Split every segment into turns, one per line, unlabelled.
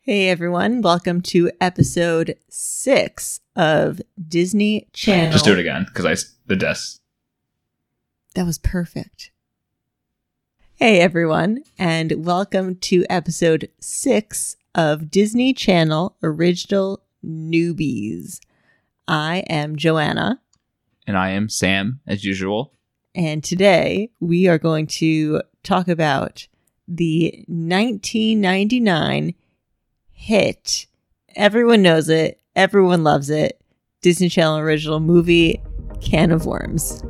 Hey everyone, welcome to episode six of Disney Channel.
Just do it again because I s- the desk.
That was perfect. Hey everyone, and welcome to episode six of Disney Channel Original Newbies. I am Joanna,
And I am Sam as usual.
and today we are going to talk about the 1999 hit. Everyone knows it, everyone loves it. Disney Channel original movie, Can of Worms.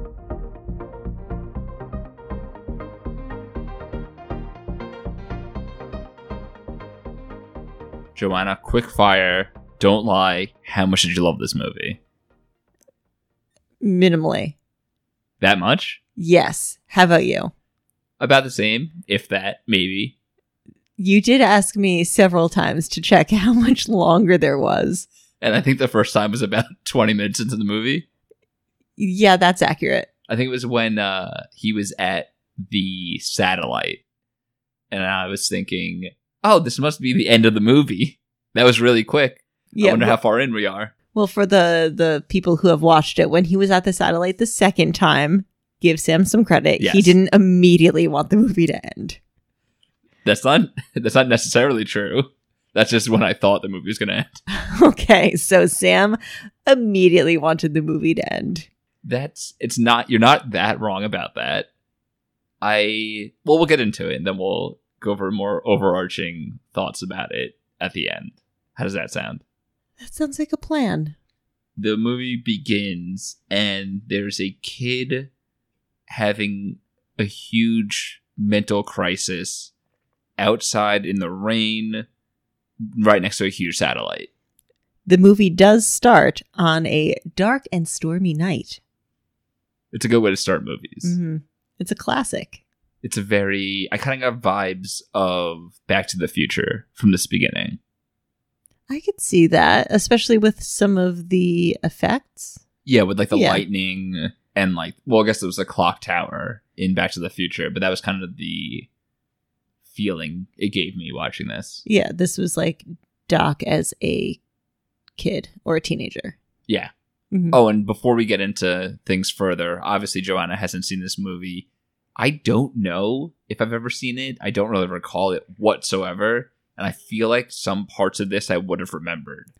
Joanna, quick fire. Don't lie. How much did you love this movie?
Minimally.
That much?
Yes. How about you?
About the same, if that, maybe.
You did ask me several times to check how much longer there was.
And I think the first time was about 20 minutes into the movie.
Yeah, that's accurate.
I think it was when uh, he was at the satellite. And I was thinking, oh, this must be the end of the movie. That was really quick. I
Yeah.
wonder how far in we are.
Well, for the the people who have watched it, when he was at the satellite the second time, give Sam some credit. He
Yes.
didn't immediately want the movie to end.
That's not that's not necessarily true. That's just when I thought the movie was going to end.
Okay, so Sam immediately wanted the movie to end.
That's it's not you're not that wrong about that. I well we'll get into it and then we'll go over more overarching thoughts about it at the end. How does that sound?
That sounds like a plan.
The movie begins and there's a kid having a huge mental crisis outside in the rain right next to a huge satellite.
The movie does start on a dark and stormy night.
It's a good way to start movies.
hmm It's a classic.
It's a very I kind of got vibes of Back to the Future from this beginning.
I could see that, especially with some of the effects.
Yeah, with like the
Yeah.
lightning and like well, I guess there was a clock tower in Back to the Future, but that was kind of the feeling it gave me watching this.
Yeah, this was like Doc as a kid or a teenager.
Yeah.
Mhm.
Oh, and before we get into things further, obviously Joanna hasn't seen this movie. I don't know if I've ever seen it. I don't really recall it whatsoever. And I feel like some parts of this I would have remembered.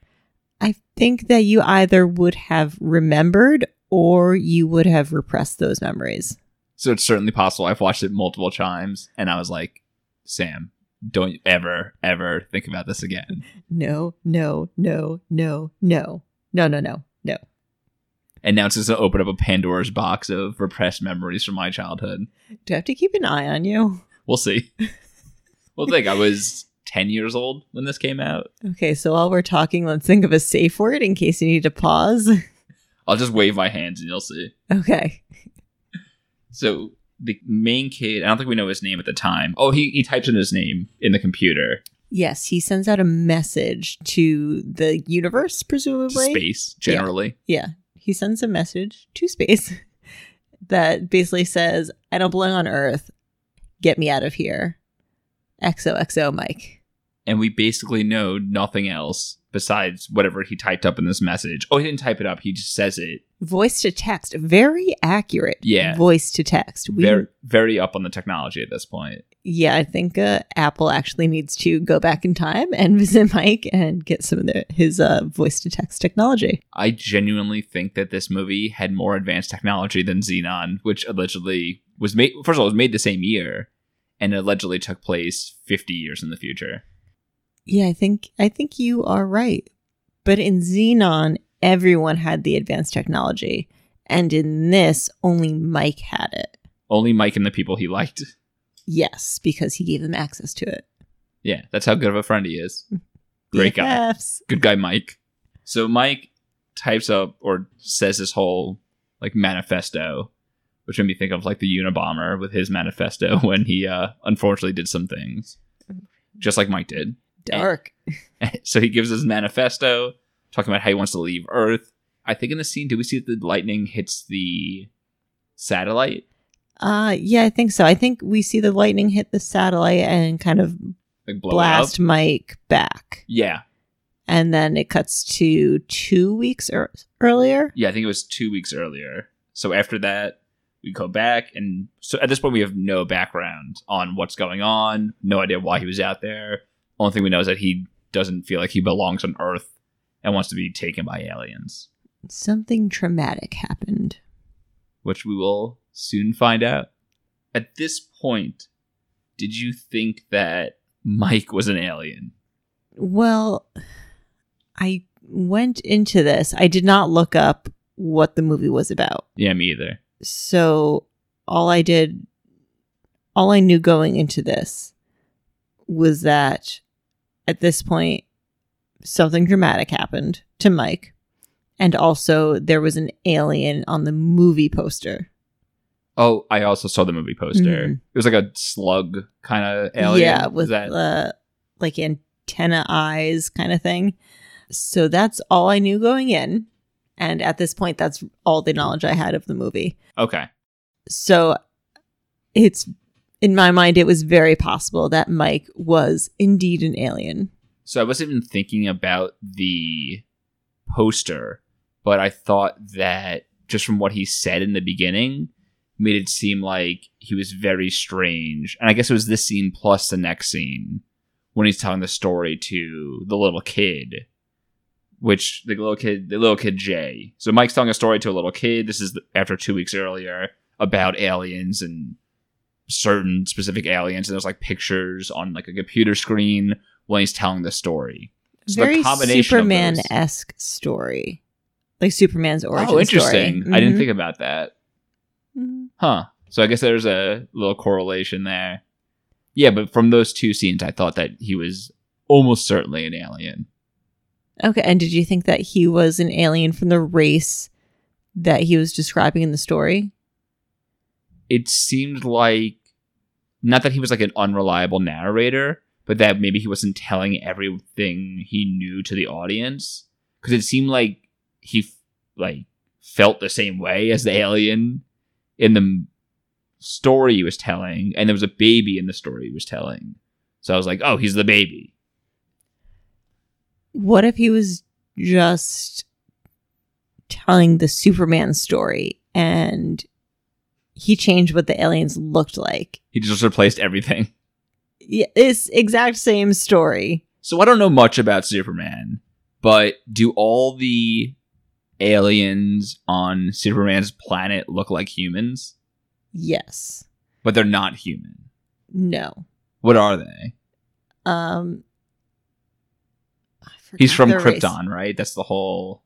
I think that you either would have remembered or you would have repressed those memories.
So it's certainly possible. I've watched it multiple times and I was like, Sam, don't ever, ever think about this again.
No, no, no, no, no, no, no, no, no.
and now it's just to open up a Pandora's box of repressed memories from my childhood.
Do I have to keep an eye on you?
We'll see. well, think I was ten years old when this came out.
Okay, so while we're talking, let's think of a safe word in case you need to pause.
I'll just wave my hands and you'll see.
Okay.
So the main kid, I don't think we know his name at the time. Oh, he he types in his name in the computer.
Yes, he sends out a message to the universe,
to
presumably.
Space generally.
Yeah, he sends a message to space that basically says, I don't belong on Earth. Get me out of here. XOXO, Mike.
And we basically know nothing else besides whatever he typed up in this message. Oh, he didn't type it up. He just says it.
Voice to text, very accurate.
Yeah.
Voice to text. We,
very, very up on the technology at this point.
yeah, I think uh, Apple actually needs to go back in time and visit Mike and get some of the, his uh, voice to text technology.
I genuinely think that this movie had more advanced technology than Xenon, which allegedly was made. First of all, it was made the same year, and allegedly took place fifty years in the future.
Yeah, I think I think you are right. But in Xenon, everyone had the advanced technology, and in this, only Mike had it.
Only Mike and the people he liked.
Yes, because he gave them access to it.
Yeah, that's how good of a friend he is. Great guy.
BFFs.
Good guy, Mike. So Mike types up or says this whole like manifesto, which made me think of like the Unabomber with his manifesto when he uh, unfortunately did some things, just like Mike did.
Dark.
so he gives his manifesto talking about how he wants to leave Earth. I think in the scene, do we see that the lightning hits the satellite?
Uh yeah, I think so. I think we see the lightning hit the satellite and kind of
Like Like blow it
blast
up.
Mike back.
Yeah,
And then it cuts to two weeks er- earlier.
yeah. I think it was two weeks earlier. So after that, we go back, and so at this point, we have no background on what's going on. No idea why he was out there. Only thing we know is that he doesn't feel like he belongs on Earth and wants to be taken by aliens,
Something traumatic happened.
which we will soon find out. At this point, did you think that Mike was an alien?
Well, I went into this. I did not look up what the movie was about.
Yeah, me either.
So all I did, all I knew going into this was that at this point, something dramatic happened to Mike. And also, there was an alien on the movie poster.
Oh, I also saw the movie poster.
Mhm.
It was like a slug kind of alien.
Yeah, with
was that
uh, like antenna eyes kind of thing. So that's all I knew going in. And at this point, that's all the knowledge I had of the movie.
okay?
So it's in my mind, it was very possible that Mike was indeed an alien.
So I wasn't even thinking about the poster, but I thought that just from what he said in the beginning made it seem like he was very strange. And I guess it was this scene plus the next scene when he's telling the story to the little kid, which the little kid, the little kid Jay. So Mike's telling a story to a little kid. This is after two weeks earlier about aliens and certain specific aliens. And there's like pictures on like a computer screen when he's telling the story. So the
very
combination of
Superman
those-
esque story, like Superman's origin.
oh, interesting.
story.
I didn't
Mhm.
think about that.
Mhm.
Huh. So I guess there's a little correlation there. Yeah, but from those two scenes, I thought that he was almost certainly an alien.
Okay, and did you think that he was an alien from the race that he was describing in the story?
It seemed like not that he was like an unreliable narrator, but that maybe he wasn't telling everything he knew to the audience because it seemed like he f- like felt the same way as the alien in the m- story he was telling, and there was a baby in the story he was telling. So I was like, oh, he's the baby.
What if he was just telling the Superman story and he changed what the aliens looked like?
He just replaced everything.
Yeah, it's exact same story.
So I don't know much about Superman, but do all the aliens on Superman's planet look like humans?
Yes.
But they're not human.
No.
What are they?
Um I
He's
forgot
from
their race.
Krypton, right? That's the whole.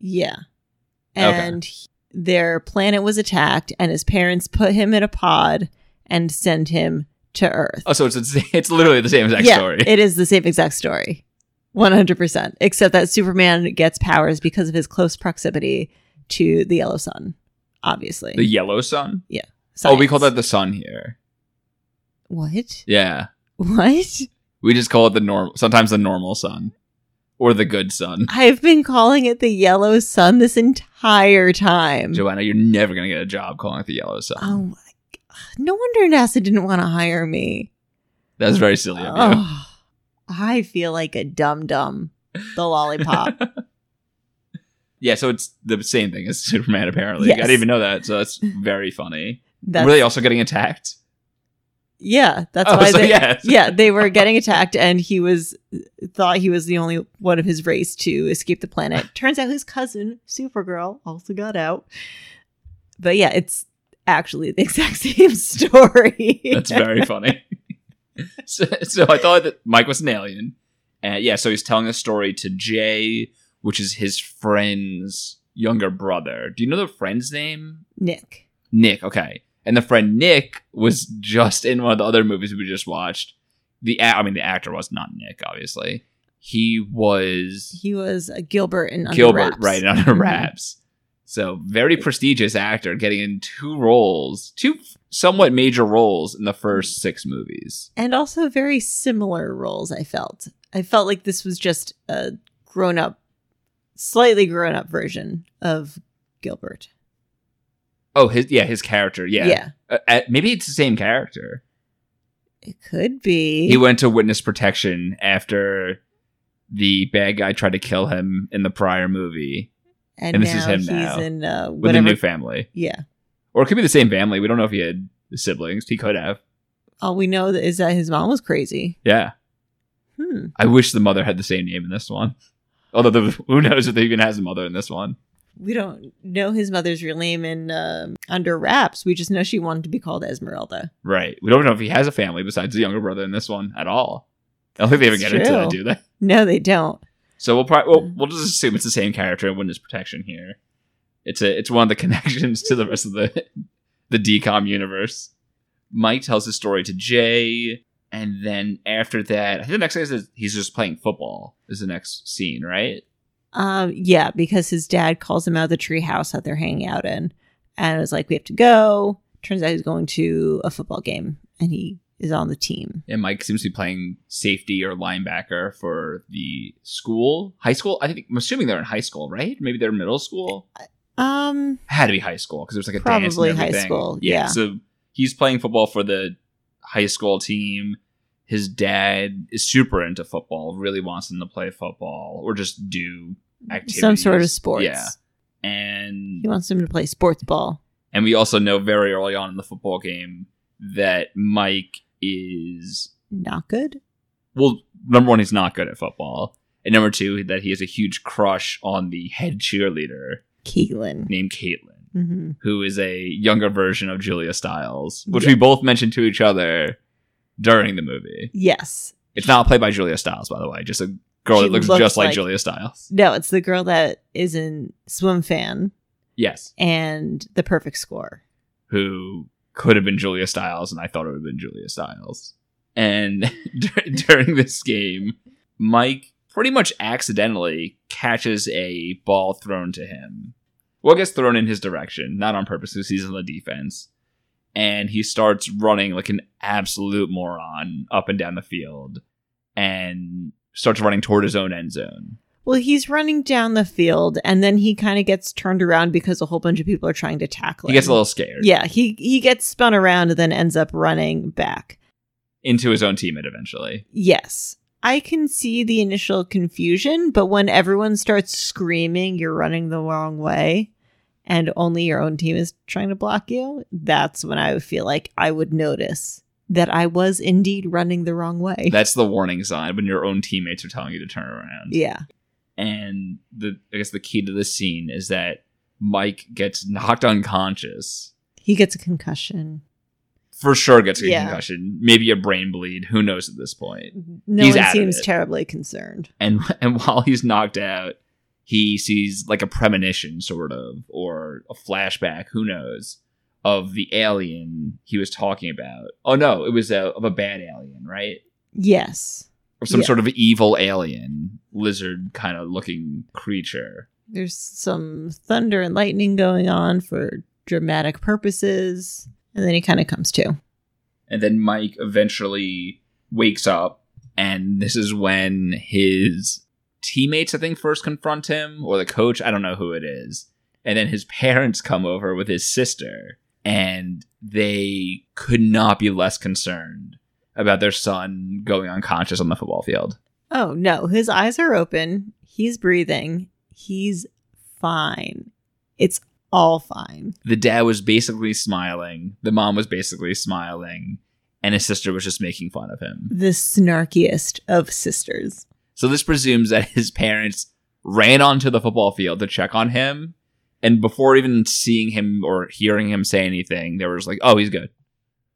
Yeah.
Okay.
And he- their planet was attacked and his parents put him in a pod and send him to Earth.
Oh, so it's it's, it's literally the same exact
yeah,
story.
It is the same exact story. 100%. Except that Superman gets powers because of his close proximity to the yellow sun, obviously.
the yellow sun. Oh, we
Science.
call that the sun here.
What?
Yeah,
What?
we just call it the normal. Sometimes the normal sun, or the good sun.
I've been calling it the yellow sun this entire time.
Joanna, you're never gonna get a job calling it the yellow sun.
Um, Oh, my God. no wonder NASA didn't want to hire me.
That's very silly of you.
Oh, I feel like a dum dum, the lollipop.
Yeah, so it's the same thing as Superman, apparently.
Yes.
I didn't even know that, so that's very funny.
That's,
Were they also getting attacked?
yeah, that's
oh,
why
so
they.
yes.
yeah, they were getting attacked, and he was thought he was the only one of his race to escape the planet. Turns out his cousin, Supergirl, also got out. But yeah, it's actually the exact same story.
That's very funny. so, so I thought that Mike was an alien. And yeah, so he's telling a story to Jay, which is his friend's younger brother. Do you know the friend's name?
Nick.
Nick, okay. And the friend Nick was just in one of the other movies we just watched. The a- I mean the actor was not Nick, obviously. He was
He was a Gilbert and
Gilbert, right, and under
Mhm.
wraps. So very prestigious actor, getting in two roles, two somewhat major roles in the first six movies.
And also very similar roles. I felt. I felt like this was just a grown up, slightly grown up version of Gilbert.
Oh, his yeah, his character, yeah,
yeah.
Uh, uh, maybe it's the same character.
It could be.
He went to witness protection after the bad guy tried to kill him in the prior movie and this is him
he's
now.
in uh,
with a
whatever.
new family.
yeah.
Or it could be the same family. We don't know if he had siblings. He could have.
All we know is that his mom was crazy.
Yeah.
Hmm.
I wish the mother had the same name in this one. Although the, who knows if they even has a mother in this one.
We don't know his mother's real name in um under wraps. We just know she wanted to be called Esmeralda.
Right. We don't know if he has a family besides the younger brother in this one at all. I don't think they even
That's
get into that,
true.
do they?
No, they don't.
So we'll probably we'll, we'll just assume it's the same character in witness protection here. It's a it's one of the connections to the rest of the the decom universe. Mike tells his story to Jay, and then after that, I think the next thing is he's just playing football. Is the next scene right?
Um, yeah, because his dad calls him out of the treehouse that they're hanging out in, and it's like we have to go. Turns out he's going to a football game, and he is on the team.
And Mike seems to be playing safety or linebacker for the school, high school. I think I'm assuming they're in high school, right? Maybe they're middle school.
Um,
had to be high school because there was like a dance
Probably
and
high
everything.
school, yeah.
So he's playing football for the high school team. His dad is super into football, really wants him to play football or just do activities.
some sort of sports.
Yeah.
He
And
wants him to play sports ball.
and we also know very early on in the football game that Mike is
Not good.
well, number one, he's not good at football. And number two, that he has a huge crush on the head cheerleader
Keelan.
named Caitlin.
hmm
who is a younger version of Julia Stiles, which
Yeah.
we both mentioned to each other during the movie.
Yes.
It's not played by Julia Stiles, by the way, just a girl
She
that looks,
looks
just like,
like-
Julia Stiles.
No, it's the girl that is in Swim Fan
Yes,
and The Perfect Score.
who could have been Julia Stiles, and I thought it would have been Julia Stiles. And dur- during this game, Mike pretty much accidentally catches a ball thrown to him. Well, it gets thrown in his direction, not on purpose, because he's on the defense. And he starts running like an absolute moron up and down the field and starts running toward his own end zone.
Well, he's running down the field and then he kind of gets turned around because a whole bunch of people are trying to tackle him.
He gets a little scared
Yeah, he he gets spun around and then ends up running back.
into his own teammate eventually.
Yes. I can see the initial confusion, but when everyone starts screaming you're running the wrong way and only your own team is trying to block you, that's when I would feel like I would notice that I was indeed running the wrong way.
That's the warning sign when your own teammates are telling you to turn around.
yeah.
and the I guess the key to this scene is that Mike gets knocked unconscious.
He gets a concussion.
For sure gets a
Yeah.
concussion, maybe a brain bleed, who knows at this point.
No
He's
one
out of
seems
it.
terribly concerned.
And and while he's knocked out, he sees like a premonition sort of or a flashback, who knows, of the alien he was talking about. Oh no, it was a, of a bad alien, right?
Yes.
Or some
Yeah.
sort of evil alien, lizard kind of looking creature.
There's some thunder and lightning going on for dramatic purposes. And then he kind of comes to.
And then Mike eventually wakes up, and this is when his teammates, I think, first confront him, or the coach, I don't know who it is. And then his parents come over with his sister, and they could not be less concerned about their son going unconscious on the football field.
Oh, no. His eyes are open. He's breathing. He's fine. It's all fine.
The dad was basically smiling, the mom was basically smiling, and his sister was just making fun of him.
The snarkiest of sisters.
So this presumes that his parents ran onto the football field to check on him, and before even seeing him or hearing him say anything, they were just like, "Oh, he's good.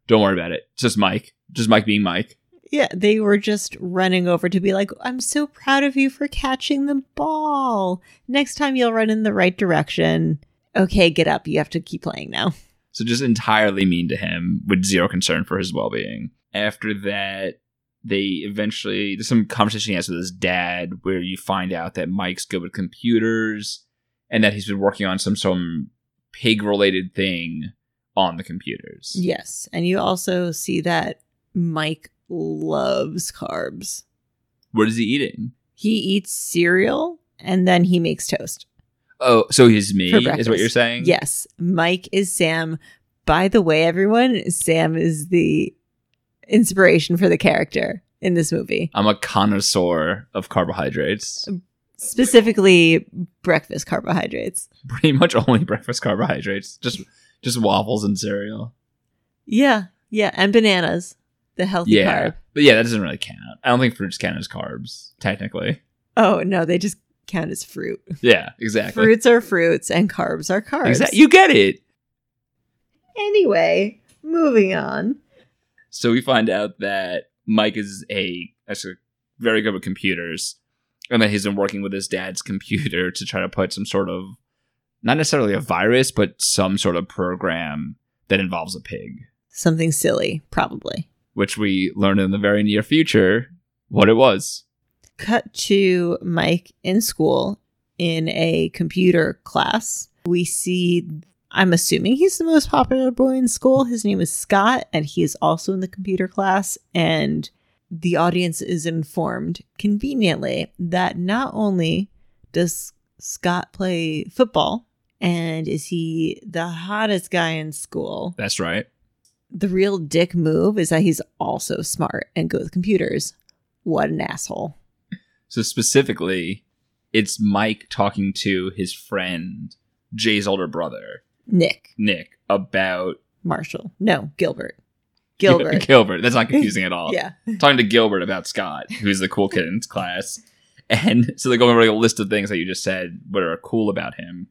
Don't worry about it. It's just Mike. Just Mike being Mike."
Yeah, they were just running over to be like, I'm so proud of you for catching the ball. Next time you'll run in the right direction. Okay, get up. You have to keep playing now.
So just entirely mean to him with zero concern for his well-being. After that, they eventually there's some conversation he has with his dad where you find out that Mike's good with computers and that he's been working on some some pig related thing on the computers.
Yes. And you also see that Mike loves carbs.
What is he eating?
He eats cereal and then he makes toast.
Oh, so he's me,
For
is what
breakfast.
you're saying?
Yes. Mike is Sam. By the way, everyone, Sam is the inspiration for the character in this movie,
I'm a connoisseur of carbohydrates.
specifically breakfast carbohydrates.
Pretty much only breakfast carbohydrates. Just just waffles and cereal.
Yeah, yeah, and bananas, the healthy
yeah.
carb.
But yeah, that doesn't really count. I don't think fruits count as carbs, technically.
Oh no, they just count as fruit.
Yeah, exactly.
Fruits are fruits, and carbs are carbs.
Exact- you get it.
Anyway, moving on.
So we find out that Mike is a actually very good with computers, and that he's been working with his dad's computer to try to put some sort of not necessarily a virus, but some sort of program that involves a pig,
Something silly, probably.
which we learn in the very near future what it was.
cut to Mike in school in a computer class. We see, I'm assuming he's the most popular boy in school. His name is Scott, and he is also in the computer class. And the audience is informed conveniently that not only does Scott play football and is he the hottest guy in school,
That's right.
the real dick move is that he's also smart and good with computers. What an asshole.
So specifically, it's Mike talking to his friend Jay's older brother
Nick.
Nick about
Marshall. No, Gilbert. Gilbert.
Gilbert. That's not confusing at all.
Yeah.
talking to Gilbert about Scott, who's the cool kid in his class. And so they go over like a list of things that you just said what are cool about him.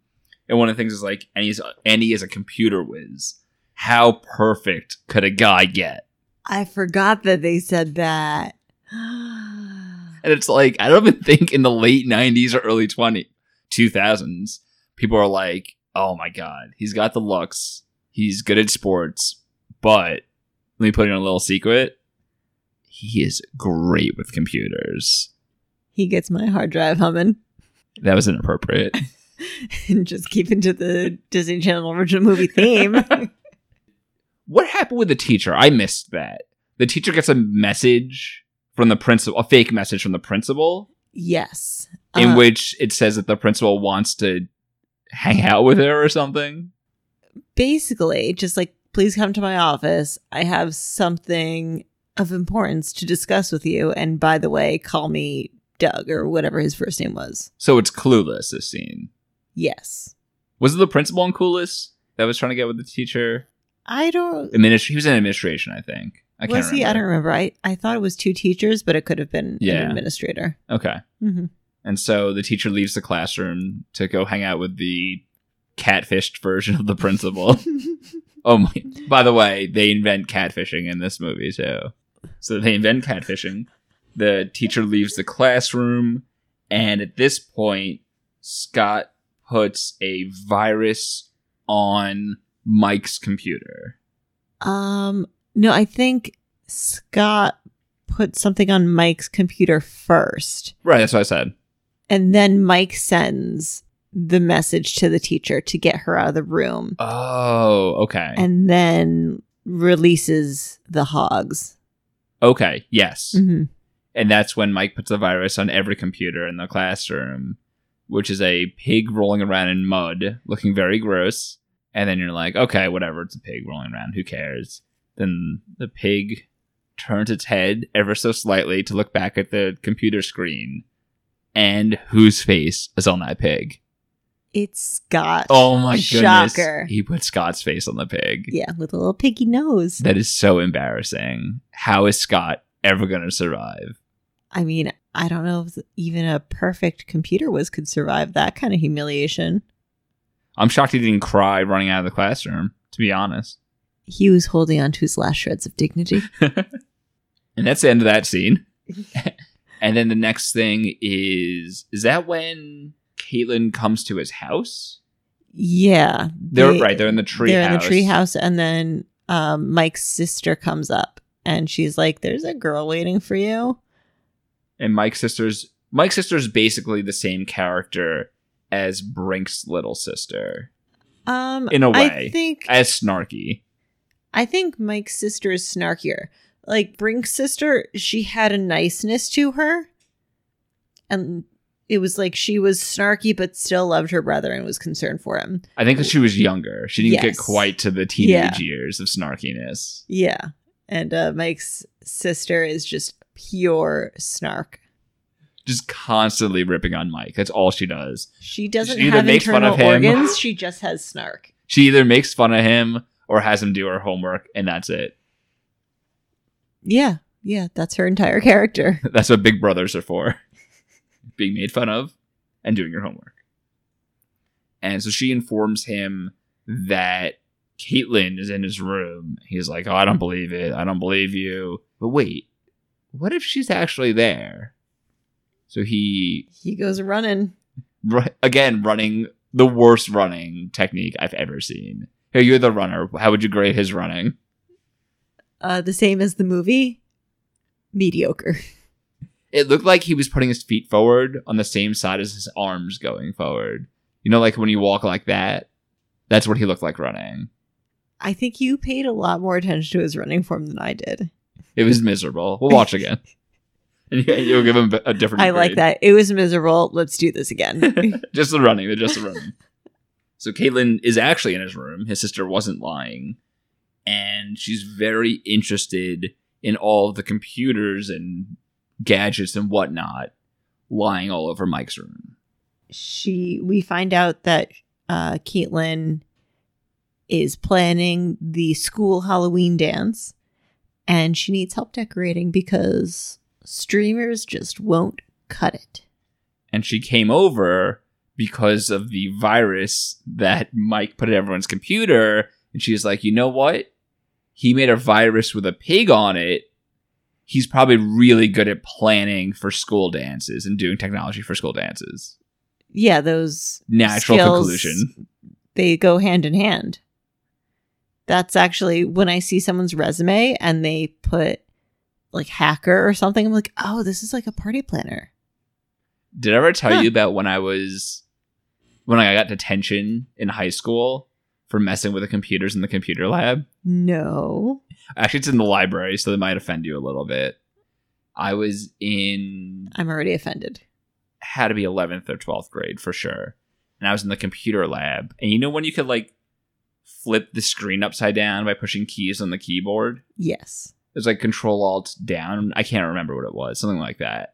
And one of the things is like, and he's and he is a computer whiz. How perfect could a guy get?
I forgot that they said that.
And it's like, I don't even think in the late nineties or early 20, 2000s, people are like, oh my god, he's got the looks, he's good at sports, but let me put in a little secret. He is great with computers.
he gets my hard drive humming
That was inappropriate.
and just keeping to the Disney Channel original movie theme.
what happened with the teacher? I missed that. The teacher gets a message from the principal, a fake message from the principal,
yes.
in
Uh,
which it says that the principal wants to hang out with her or something.
basically, just like, please come to my office. I have something of importance to discuss with you. And by the way, call me Doug or whatever his first name was.
So it's clueless. This scene
Yes.
was it the principal in Clueless that was trying to get with the teacher?
I don't
Administ- he was in administration, I think. I can't
was
remember.
he? I don't remember. I, I thought it was two teachers, but it could have been
Yeah.
an administrator.
Okay,
Mm-hmm.
and so the teacher leaves the classroom to go hang out with the catfished version of the principal. Oh my! By the way, they invent catfishing in this movie too. So they invent catfishing. The teacher leaves the classroom, and at this point, Scott puts a virus on Mike's computer.
um, no, I think Scott put something on Mike's computer first,
Right, that's what I said.
and then Mike sends the message to the teacher to get her out of the room,
Oh, okay,
and then releases the hogs.
okay, yes,
hmm
and that's when Mike puts the virus on every computer in the classroom, which is a pig rolling around in mud, looking very gross. And then you're like, okay, whatever, it's a pig rolling around, who cares? Then the pig turns its head ever so slightly to look back at the computer screen. And whose face is on that pig?
It's Scott.
Oh my goodness.
Shocker.
He put Scott's face on the pig.
Yeah, with a little piggy nose.
That is so embarrassing. How is Scott ever going to survive?
I mean, I don't know if even a perfect computer was could survive that kind of humiliation.
I'm shocked he didn't cry running out of the classroom, to be honest.
he was holding on to his last shreds of dignity.
And that's the end of that scene. and then the next thing is is that when Caitlin comes to his house?
yeah,
They're right, they're in the tree
they're
house.
in the tree house, and then um, Mike's sister comes up, and she's like, "There's a girl waiting for you."
And Mike's sister's Mike's sister's basically the same character as Brink's little sister.
Um,
In a way.
I think I,
As snarky.
think Mike's sister is snarkier. Like Brink's sister, she had a niceness to her, and it was like she was snarky, but still loved her brother and was concerned for him.
I think that she was younger. She didn't get
Yes.
quite to the teenage
Yeah.
years of snarkiness.
Yeah. and uh, Mike's sister is just pure snark.
Just constantly ripping on Mike. That's all she does.
She doesn't
She either
have
makes fun
internal
of him.
organs. She just has snark.
She either makes fun of him or has him do her homework, and that's it.
Yeah, yeah, that's her entire character.
That's what big brothers are for being made fun of and doing your homework. And so she informs him that Caitlin is in his room. He's like, Oh, I don't believe it. I don't believe you. But wait, what if she's actually there? So he
He goes running.
ru- again running the worst running technique I've ever seen. Here, you're the runner. How would you grade his running?
Uh, the same as the movie, mediocre.
It looked like he was putting his feet forward on the same side as his arms going forward. You know, like when you walk like that. That's what he looked like running.
I think you paid a lot more attention to his running form than I did.
It was miserable. We'll watch again, and you- you'll give him a different.
I like
grade.
that. It was miserable. Let's do this again.
just the running. They're just the running. so Caitlin is actually in his room. His sister wasn't lying. And she's very interested in all of the computers and gadgets and whatnot lying all over Mike's room.
she we find out that uh Caitlin is planning the school Halloween dance and she needs help decorating because streamers just won't cut it.
And she came over because of the virus that Mike put in everyone's computer. And she's like, you know what? He made a virus with a pig on it. He's probably really good at planning for school dances and doing technology for school dances.
Yeah, those
natural
skills,
conclusion.
They go hand in hand. That's actually when I see someone's resume and they put like hacker or something, I'm like, oh, this is like a party planner.
Did I ever tell
Huh.
you about when I was when I got detention in high school for messing with the computers in the computer lab?
No.
Actually, it's in the library, so that might offend you a little bit. I was in
I'm already offended.
had to be 11th or 12th grade for sure. And I was in the computer lab. And you know when you could like flip the screen upside down by pushing keys on the keyboard?
Yes.
It was like control alt down. I can't remember what it was, something like that.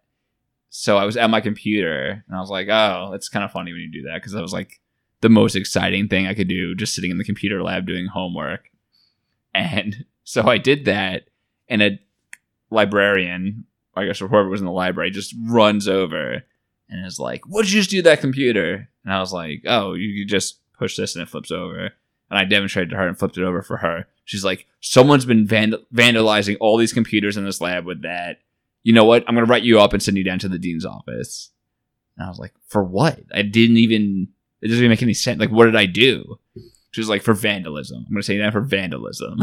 So I was at my computer and I was like, oh, it's kind of funny when you do that because that was like the most exciting thing I could do just sitting in the computer lab doing homework. And so I did that, and a librarian, I guess, or whoever was in the library, just runs over and is like, what'd you just do to that computer? And I was like, oh, you you just push this and it flips over and I demonstrated to her and flipped it over for her. She's like, someone's been vandal- vandalizing all these computers in this lab with that. You know what? I'm going to write you up and send you down to the dean's office. And I was like, for what? I didn't even, it doesn't even make any sense. Like, what did I do? She was like, for vandalism. I'm going to say that for vandalism.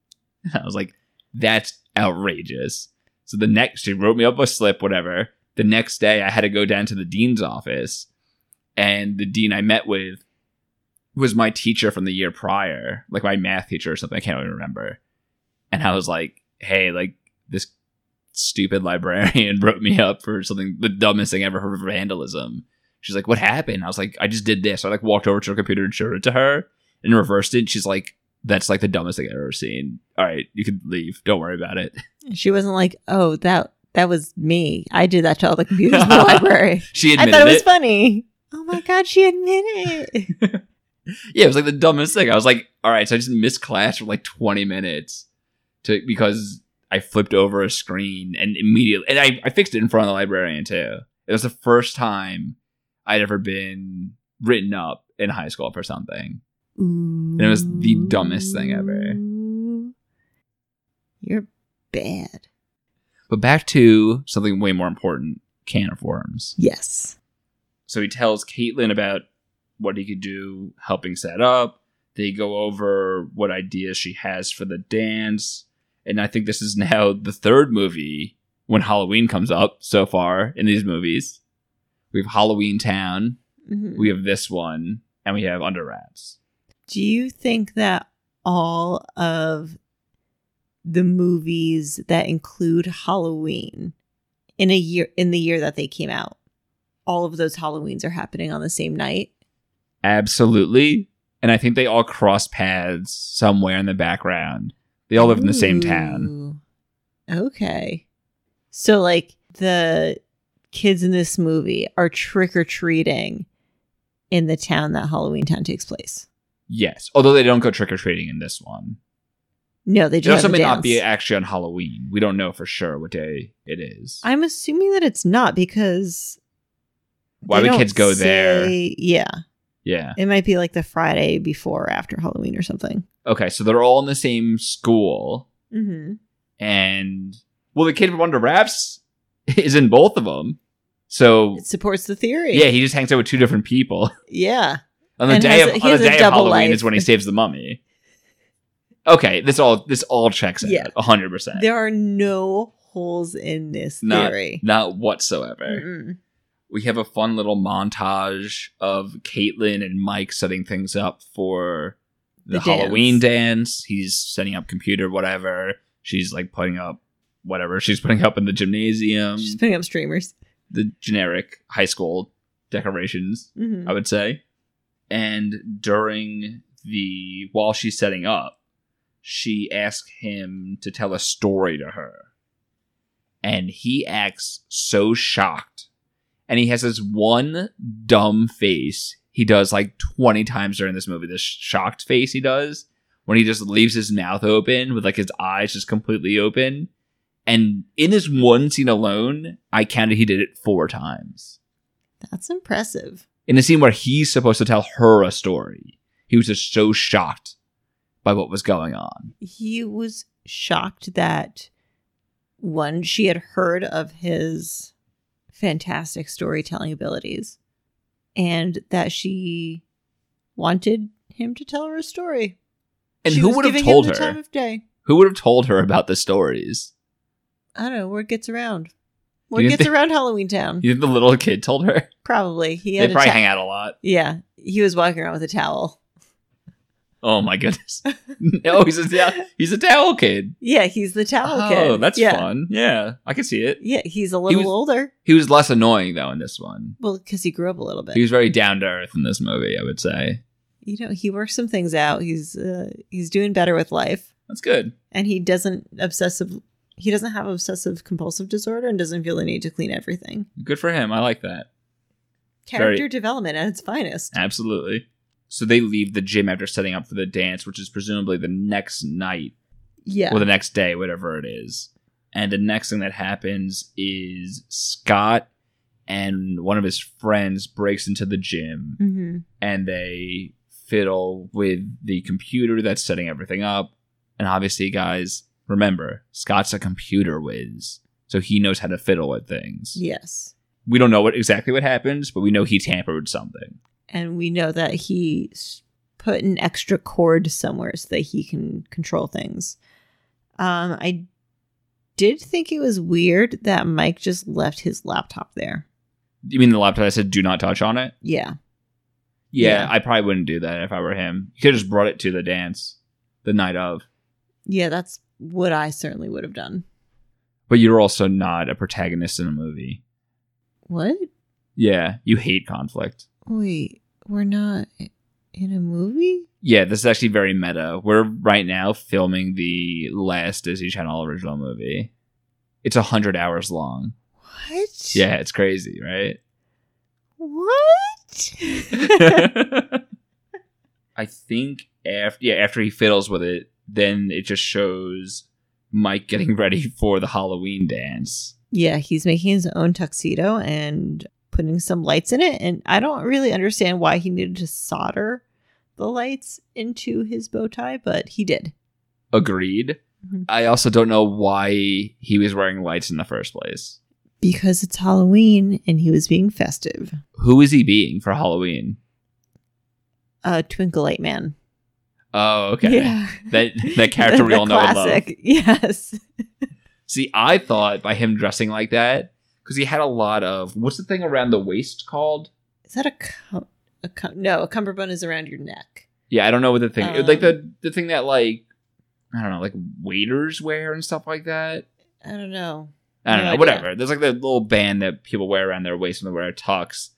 I was like, that's outrageous. So the next, she wrote me up a slip, whatever. The next day, I had to go down to the dean's office, and the dean I met with was my teacher from the year prior, like my math teacher or something. I can't even remember. And I was like, hey, like this stupid librarian wrote me up for something, the dumbest thing ever for vandalism. She's like, what happened? I was like, I just did this. So I like walked over to her computer and showed it to her and reversed it. She's like, that's like the dumbest thing I've ever seen. All right, you can leave. Don't worry about it.
She wasn't like, "Oh, that that was me. I did that to all the computers in the library."
She
I
admitted
thought it was
it.
funny. Oh my god, she admitted it.
Yeah, it was like the dumbest thing. I was like, all right, so I just missed class for like 20 minutes to because I flipped over a screen and immediately, and I, I fixed it in front of the librarian too. It was the first time I'd ever been written up in high school for something.
And
it was the dumbest thing ever.
You're bad.
But back to something way more important can of worms.
Yes.
So he tells Caitlin about what he could do helping set up. They go over what ideas she has for the dance. And I think this is now the third movie when Halloween comes up so far in these movies. We have Halloween Town,
Mhm.
we have this one, and we have Under Wraps.
Do you think that all of the movies that include Halloween in a year in the year that they came out, all of those Halloweens are happening on the same night?
Absolutely. And I think they all cross paths somewhere in the background They all live in the same town.
Ooh. Okay. So like the kids in this movie are trick or treating in the town that Halloween Town takes place.
Yes, although they don't go trick or treating in this one.
No, they
It
just
also
have a
may not
dance.
be actually on Halloween. We don't know for sure what day it is.
I'm assuming that it's not because
Why
they
would
don't
kids go there?
say- Yeah,
Yeah.
it might be like the Friday before or after Halloween or something.
Okay, so they're all in the same school,
Mm-hmm.
and well, the kid from Under Wraps is in both of them. So
It supports the theory.
yeah, he just hangs out with two different people.
yeah.
On the
And
day
has a- he
of on the
has a
day of
double
Halloween
life.
is when he saves the mummy. Okay, this all this all checks
Yeah.
out, hundred percent,
There are no holes in this
Not-
theory.
not whatsoever.
Mm-mm.
we have a fun little montage of Caitlin and Mike setting things up for the,
The dance.
Halloween dance. He's setting up computer, whatever. She's like putting up whatever she's putting up in the gymnasium,
She's putting up streamers.
the generic high school decorations,
Mhm.
I would say. And during the while she's setting up, she asks him to tell a story to her. And he acts so shocked. And he has this one dumb face he does like 20 times during this movie. This shocked face he does when he just leaves his mouth open with like his eyes just completely open. And in this one scene alone, I counted he did it four times
That's impressive.
in a scene where he's supposed to tell her a story. He was just so shocked by what was going on.
He was shocked that one, she had heard of his fantastic storytelling abilities and that she wanted him to tell her a story.
And
She
who
was
would have
giving
told
him the Time
her?
of day.
Who would have told her about the stories?
I don't know. Word gets around. Word
didn't
gets
think-
around Halloween Town.
You think the little kid told her?
Probably. He
They
had a
probably
ta-
hang out a lot.
Yeah. He was walking around with a towel.
Oh my goodness! no, he's a yeah, he's a towel kid.
Yeah, he's the towel
oh,
kid.
that's
yeah.
fun. Yeah, I can see it.
Yeah, he's a little
was-
older.
He was less annoying though in this one.
Well, because he grew up a little bit.
He was very down to earth in this movie. I would say
you know he works some things out he's uh, he's doing better with life
that's good.
and he doesn't obsessive he doesn't have obsessive compulsive disorder and doesn't feel the need to clean everything
Good for him. I like that. Very-
character development at its finest
Absolutely. So they leave the gym after setting up for the dance, which is presumably the next night
yeah
or the next day, whatever it is. And the next thing that happens is Scott and one of his friends breaks into the gym
mm-hmm.
and they fiddle with the computer that's setting everything up. And obviously, guys, remember, Scott's a computer whiz. So he knows how to fiddle with things.
yes
We don't know what exactly what happens, but we know he tampered with something.
and we know that he s- put an extra cord somewhere so that he can control things um i did think it was weird that mike just left his laptop there
You mean the laptop that said do not touch on it?
yeah
Yeah,
Yeah.
I probably wouldn't do that if I were him. You could have just brought it to the dance the night of.
yeah that's what i certainly would have done
But you're also not a protagonist in a movie.
what
Yeah, you hate conflict.
Wait, we're not in a movie?
Yeah, this is actually very meta. We're right now filming the last Disney Channel original movie. It's 100 hours long.
What?
Yeah, it's crazy, right?
What?
I think after yeah, after he fiddles with it, then it just shows Mike getting ready for the Halloween dance.
yeah, he's making his own tuxedo and putting some lights in it. And I don't really understand why he needed to solder the lights into his bow tie, but he did.
Agreed.
Mhm.
I also don't know why he was wearing lights in the first place.
Because it's Halloween and he was being festive.
Who is he being for Halloween?
Uh, Twinkle Light Man.
Oh, okay.
Yeah.
That- that character we all know and love.
classic. Yes.
See, I thought by him dressing like that, because he had a lot of what's the thing around the waist called?
Is that a, cum- a cum- no? A cummerbund is around your neck.
Yeah, I don't know what the thing
Um,
like the the thing that like I don't know, like waiters wear and stuff like that.
I don't know.
I don't
No
know,
idea.
whatever. There's like the little band that people wear around their waist when they wear a tux,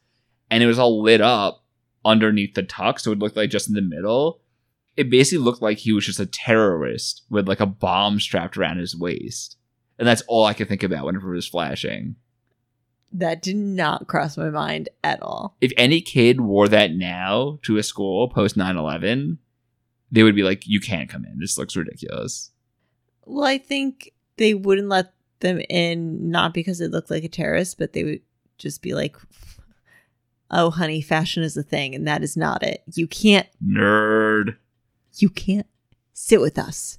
and it was all lit up underneath the tux, so it looked like just in the middle. it basically looked like he was just a terrorist with like a bomb strapped around his waist. And that's all I could think about whenever it was flashing.
That did not cross my mind at all.
If any kid wore that now to a school post 9 11, they would be like, you can't come in. This looks ridiculous.
Well, I think they wouldn't let them in not because it looked like a terrorist, but they would just be like, "Oh, honey, fashion is a thing, and that is not it. You can't,
Nerd.
you can't sit with us."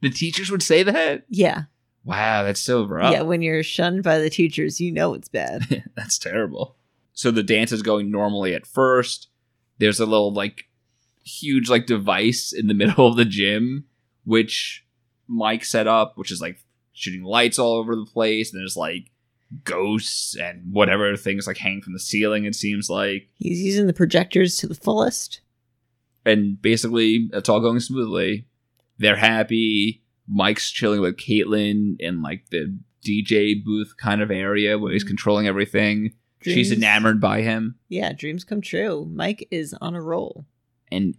The teachers would say that?
Yeah,
Wow, that's so rough.
yeah. When you're shunned by the teachers, you know it's bad.
That's terrible. So the dance is going normally at first. There's a little like huge like device in the middle of the gym, which Mike set up, which is like shooting lights all over the place, and there's like ghosts and whatever things like hang from the ceiling, it seems like.
He's using the projectors to the fullest.
And basically it's all going smoothly. They're happy. Mike's chilling with Caitlin in like the DJ booth kind of area where he's controlling everything. She's
Dreams-
enamored by him.
Yeah, dreams come true. Mike is on a roll.
and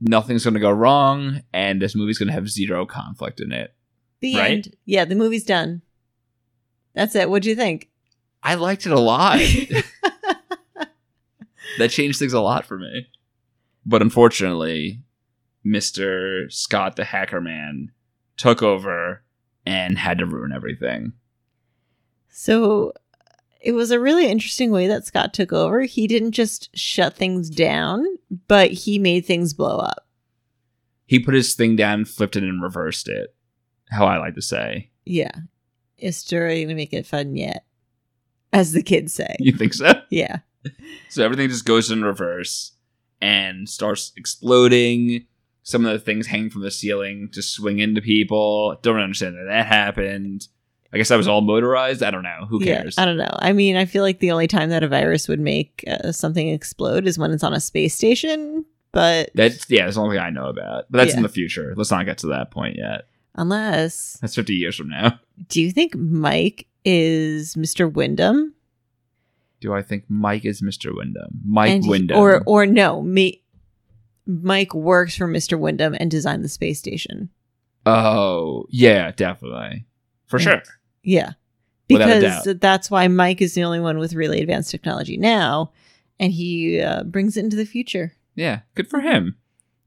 nothing's going to go wrong, and this movie's going to have zero conflict in it.
The
Right?
end. Yeah, the movie's done. That's it. What'd you think?
I liked it a lot. that changed things a lot for me. But unfortunately, Mr. Scott the Hacker Man took over and had to ruin everything.
So it was a really interesting way that Scott took over. He didn't just shut things down, but he made things blow up.
He put his thing down, flipped it, and reversed it. How I like to say.
Yeah. Is Story gonna make it fun yet? As the kids say.
You think so?
Yeah.
So everything just goes in reverse and starts exploding. Some of the things hang from the ceiling just swing into people. Don't understand that that happened. I guess that was all motorized. I don't know. Who
Yeah,
cares?
I don't know. I mean, I feel like the only time that a virus would make uh, something explode is when it's on a space station, but
that's yeah, that's the only thing I know about. But that's in
Yeah.
the future. Let's not get to that point yet.
unless
That's fifty years from now.
do you think Mike is Mr. Wyndham?
Do I think Mike is Mr. Wyndham? Mike
And he-
Wyndham.
Or or no, me Mike works for Mr. Wyndham and designed the space station.
oh yeah, definitely for
And-
sure.
Yeah.
Without a
Because that's why Mike is the only one with really advanced technology now, and he uh, brings it into the future.
Yeah, good for him.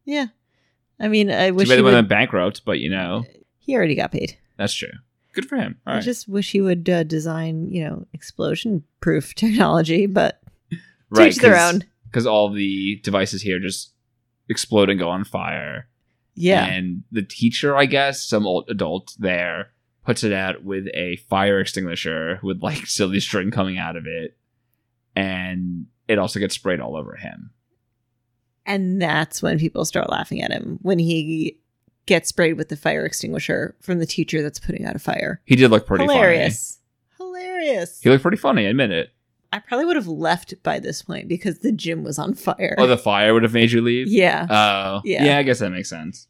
Yeah. I mean, I
Too
wish
bad
he,
they
would,
went bankrupt, but you know
he already got paid.
that's true. Good for him. All
I
right.
just wish he would uh, design, you know, explosion proof technology, but
right,
teach their
'cause-
own.
because all the devices here just explode and go on fire.
Yeah.
And the teacher, I guess, some old adult there, puts it out with a fire extinguisher with like silly string coming out of it. And it also gets sprayed all over him.
And that's when people start laughing at him when he gets sprayed with the fire extinguisher from the teacher that's putting out a fire.
He did look pretty
Hilarious. Hilarious.
funny. He looked pretty funny, I admit it.
I probably would have left by this point because the gym was on fire.
Oh, the fire would have made you leave?
yeah.
Oh.
Yeah.
yeah. I guess that makes sense.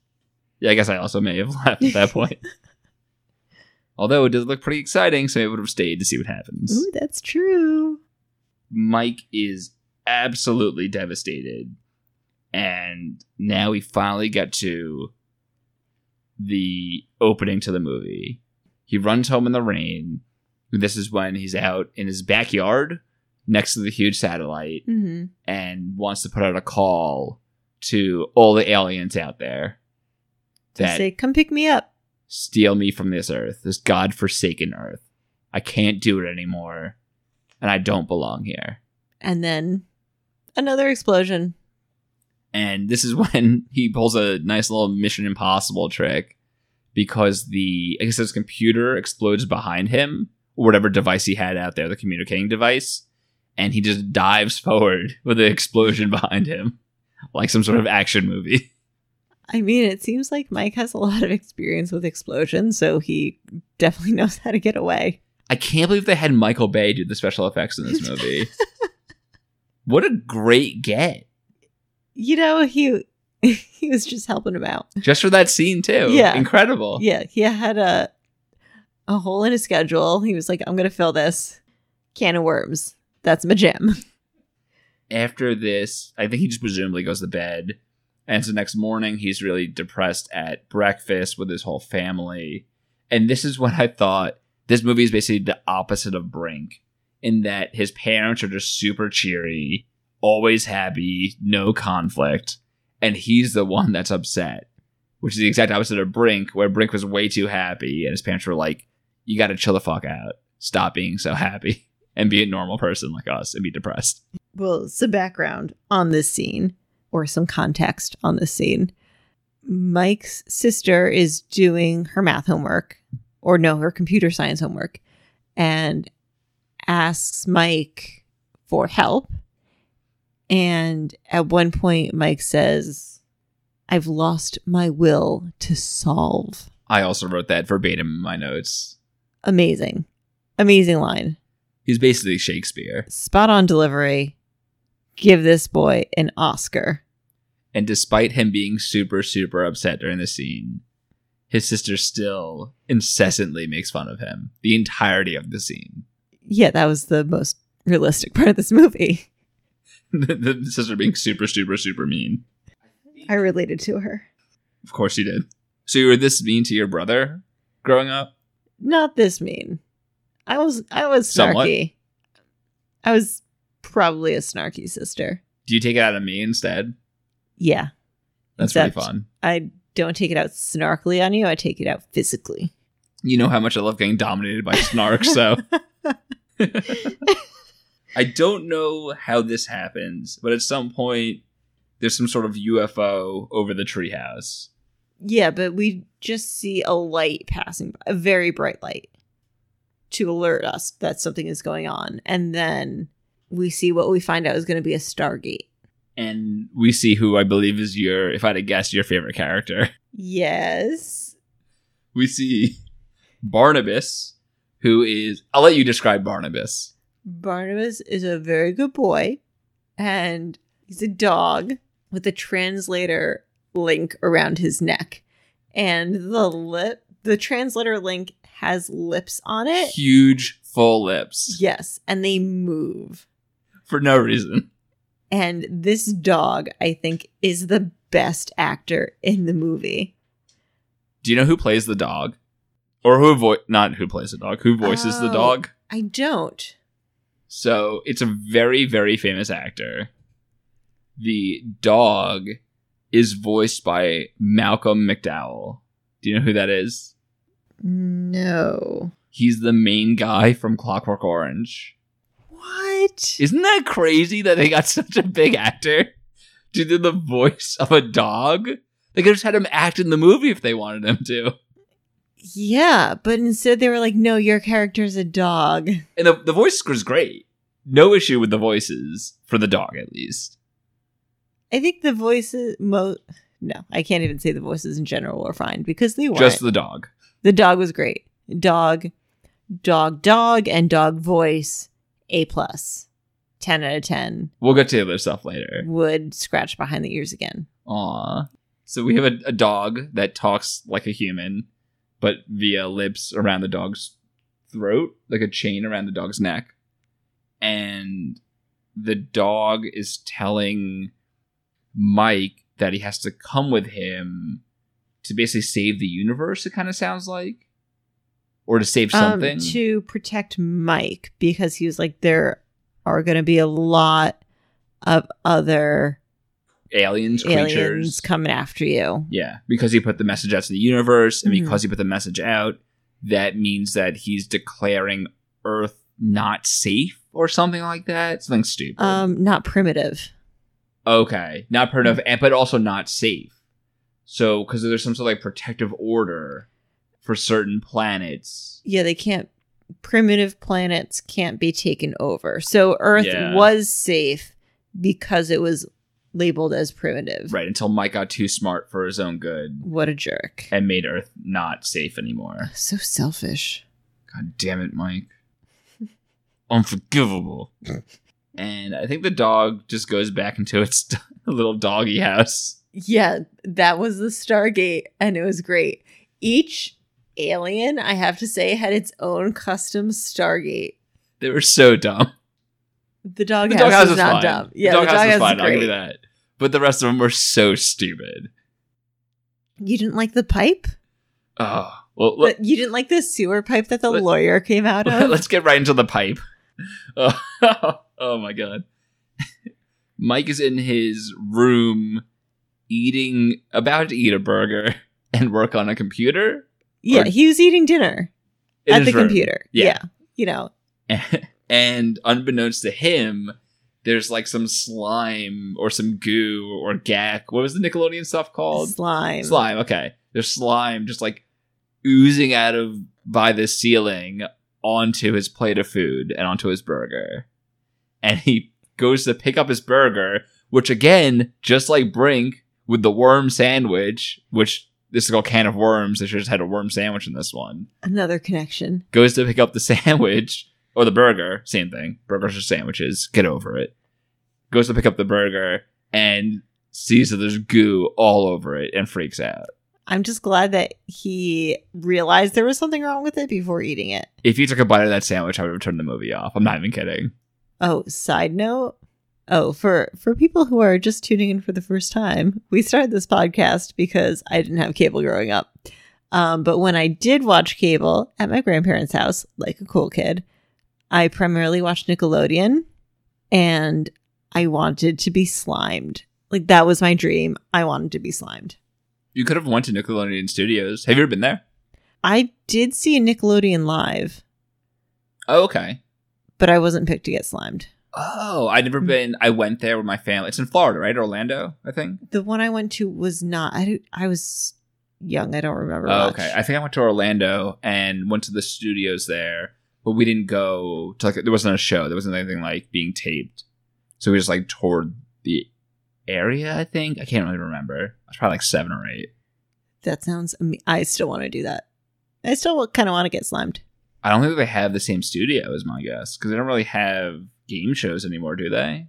Yeah, I guess I also may have left at that point. Although it did look pretty exciting, so I would have stayed to see what happens.
Ooh, that's true.
Mike is absolutely devastated. And now we finally get to the opening to the movie. He runs home in the rain. This is when he's out in his backyard next to the huge satellite
hmm
and wants to put out a call to all the aliens out there that
Say, come pick me up.
steal me from this earth, this godforsaken earth. I can't do it anymore, and I don't belong here.
And then another explosion.
and this is when he pulls a nice little Mission Impossible trick because the I guess his computer explodes behind him or whatever device he had out there, the communicating device, and he just dives forward with an explosion behind him, like some sort of action movie.
I mean, it seems like Mike has a lot of experience with explosions, so he definitely knows how to get away.
I can't believe they had Michael Bay do the special effects in this movie. what a great get
You know, he he was just helping him out.
just for that scene too.
Yeah.
incredible.
Yeah, he had a a hole in his schedule. He was like, I'm gonna fill this can of worms. That's my jam.
after this, I think he just presumably goes to bed, And so next morning, he's really depressed at breakfast with his whole family. And this is what I thought this movie is basically the opposite of Brink in that his parents are just super cheery, always happy, no conflict. And he's the one that's upset, which is the exact opposite of Brink, where Brink was way too happy. And his parents were like, you got to chill the fuck out. Stop being so happy and be a normal person like us and be depressed.
well, some background on this scene or some context on this scene. Mike's sister is doing her math homework or no, her computer science homework and asks Mike for help. And at one point, Mike says, I've lost my will to solve.
I also wrote that verbatim in my notes.
Amazing. Amazing line.
He's basically Shakespeare.
Spot on delivery. Give this boy an Oscar.
And despite him being super, super upset during the scene, his sister still incessantly makes fun of him the entirety of the scene.
yeah, that was the most realistic part of this movie.
the, the sister being super, super, super mean.
I related to her.
Of course you did. So you were this mean to your brother growing up?
Not this mean. I was I was snarky.
Somewhat.
I was probably a snarky sister.
Do you take it out on me instead?
Yeah.
That's
Except-
pretty fun.
I don't take it out snarkily on you, I take it out physically.
You know how much I love getting dominated by snark, so. I don't know how this happens, but at some point, there's some sort of UFO over the treehouse.
Yeah, but we just see a light passing by, a very bright light to alert us that something is going on. And then we see what we find out is going to be a Stargate.
And we see who I believe is your, if I had to guess, your favorite character.
Yes.
We see Barnabas, who is. I'll let you describe Barnabas.
Barnabas is a very good boy, and he's a dog with a translator link around his neck. And the lip, the translator link has lips on it.
Huge, full lips
Yes, and they move.
for no reason.
And this dog, I think, is the best actor in the movie.
Do you know who plays the dog? Or who vo- not who plays the dog, who voices the
Oh.
dog?
I don't.
So it's a very, very famous actor. The dog is voiced by Malcolm McDowell. Do you know who that is?
No.
He's the main guy from Clockwork Orange.
What?
Isn't that crazy that they got such a big actor to do the voice of a dog? They could have just had him act in the movie if they wanted him to.
Yeah, but instead they were like, no, your character's a dog.
And the, the voice was great. No issue with the voices, for the dog at least.
I think the voices mo no, I can't even say the voices in general were fine because they weren't.
Just
the-,
the dog.
dog was great. Dog, dog, dog, and dog voice, A plus. Ten out of ten.
We'll get to the other stuff later.
Would scratch behind the ears again.
Aw. So we have a, a dog that talks like a human, but via lips around the dog's throat, like a chain around the dog's neck. And the dog is telling Mike that he has to come with him to basically save the universe, it kind of sounds like. Or to save something.
Um, to protect Mike because he was like, there are going to be a lot of other
aliens, creatures.
aliens coming after you.
Yeah, because he put the message out to the universe, and
Mhm.
because he put the message out, that means that he's declaring Earth not safe or something like that. Something stupid.
Um, not primitive.
okay, not part of, and- but also not safe. So, because there's some sort of like protective order for certain planets.
yeah, they can't primitive planets can't be taken over. So Earth
Yeah.
was safe because it was labeled as primitive.
Right, until Mike got too smart for his own good
What a jerk.
and made Earth not safe anymore.
So selfish.
God damn it, Mike. Unforgivable. and I think the dog just goes back into its little doggy house.
Yeah, that was the Stargate and it was great. Each alien, I have to say, had its own custom Stargate.
They were so dumb.
The doghouse
the doghouse
was
is
not
fine.
dumb. Yeah,
the doghouse is
doghouse
fine.
is
I'll give you
great.
that. but the rest of them were so stupid.
You didn't like the pipe?
Oh, well,
But you didn't like the sewer pipe that the
Let-
lawyer came out
Let-
of?
Let's get right into the pipe. Oh, oh my god. Mike is in his room eating about to eat a burger and work on a computer.
yeah,
or-
he was eating dinner
in
at
his
the
room.
computer.
Yeah.
You know,
and unbeknownst to him, there's like some slime or some goo or gack. What was the Nickelodeon stuff called?
slime.
Slime, okay. There's slime just like oozing out of by the ceiling onto his plate of food and onto his burger. And he goes to pick up his burger, which again, just like Brink with the worm sandwich, which this is called can of worms, they should just had a worm sandwich in this one.
Another connection.
Goes to pick up the sandwich or the burger, same thing. Burgers are sandwiches, get over it. Goes to pick up the burger and sees that there's goo all over it and freaks out.
I'm just glad that he realized there was something wrong with it before eating it.
If you took a bite of that sandwich, I would have turned the movie off. I'm not even kidding.
Oh, side note. Oh, for for people who are just tuning in for the first time, we started this podcast because I didn't have cable growing up. Um, but when I did watch cable at my grandparents' house, like a cool kid, I primarily watched Nickelodeon, and I wanted to be slimed. Like that was my dream. I wanted to be slimed.
You could have went to Nickelodeon Studios. Have you ever been there?
I did see a Nickelodeon live,
Oh, okay.
but I wasn't picked to get slimed.
Oh, I've never been. I went there with my family. It's in Florida, right? Orlando, I think.
The one I went to was not. I I was young. I don't remember.
Oh,
much.
okay. I think I went to Orlando and went to the studios there, but we didn't go to like there wasn't a show. There wasn't anything like being taped, so we just like toured the area. I think I can't really remember. I was probably like seven or eight.
That sounds. Am- I still want to do that. I still kind of want to get slimed.
I don't think they have the same studio, is my guess, because they don't really have game shows anymore, do they?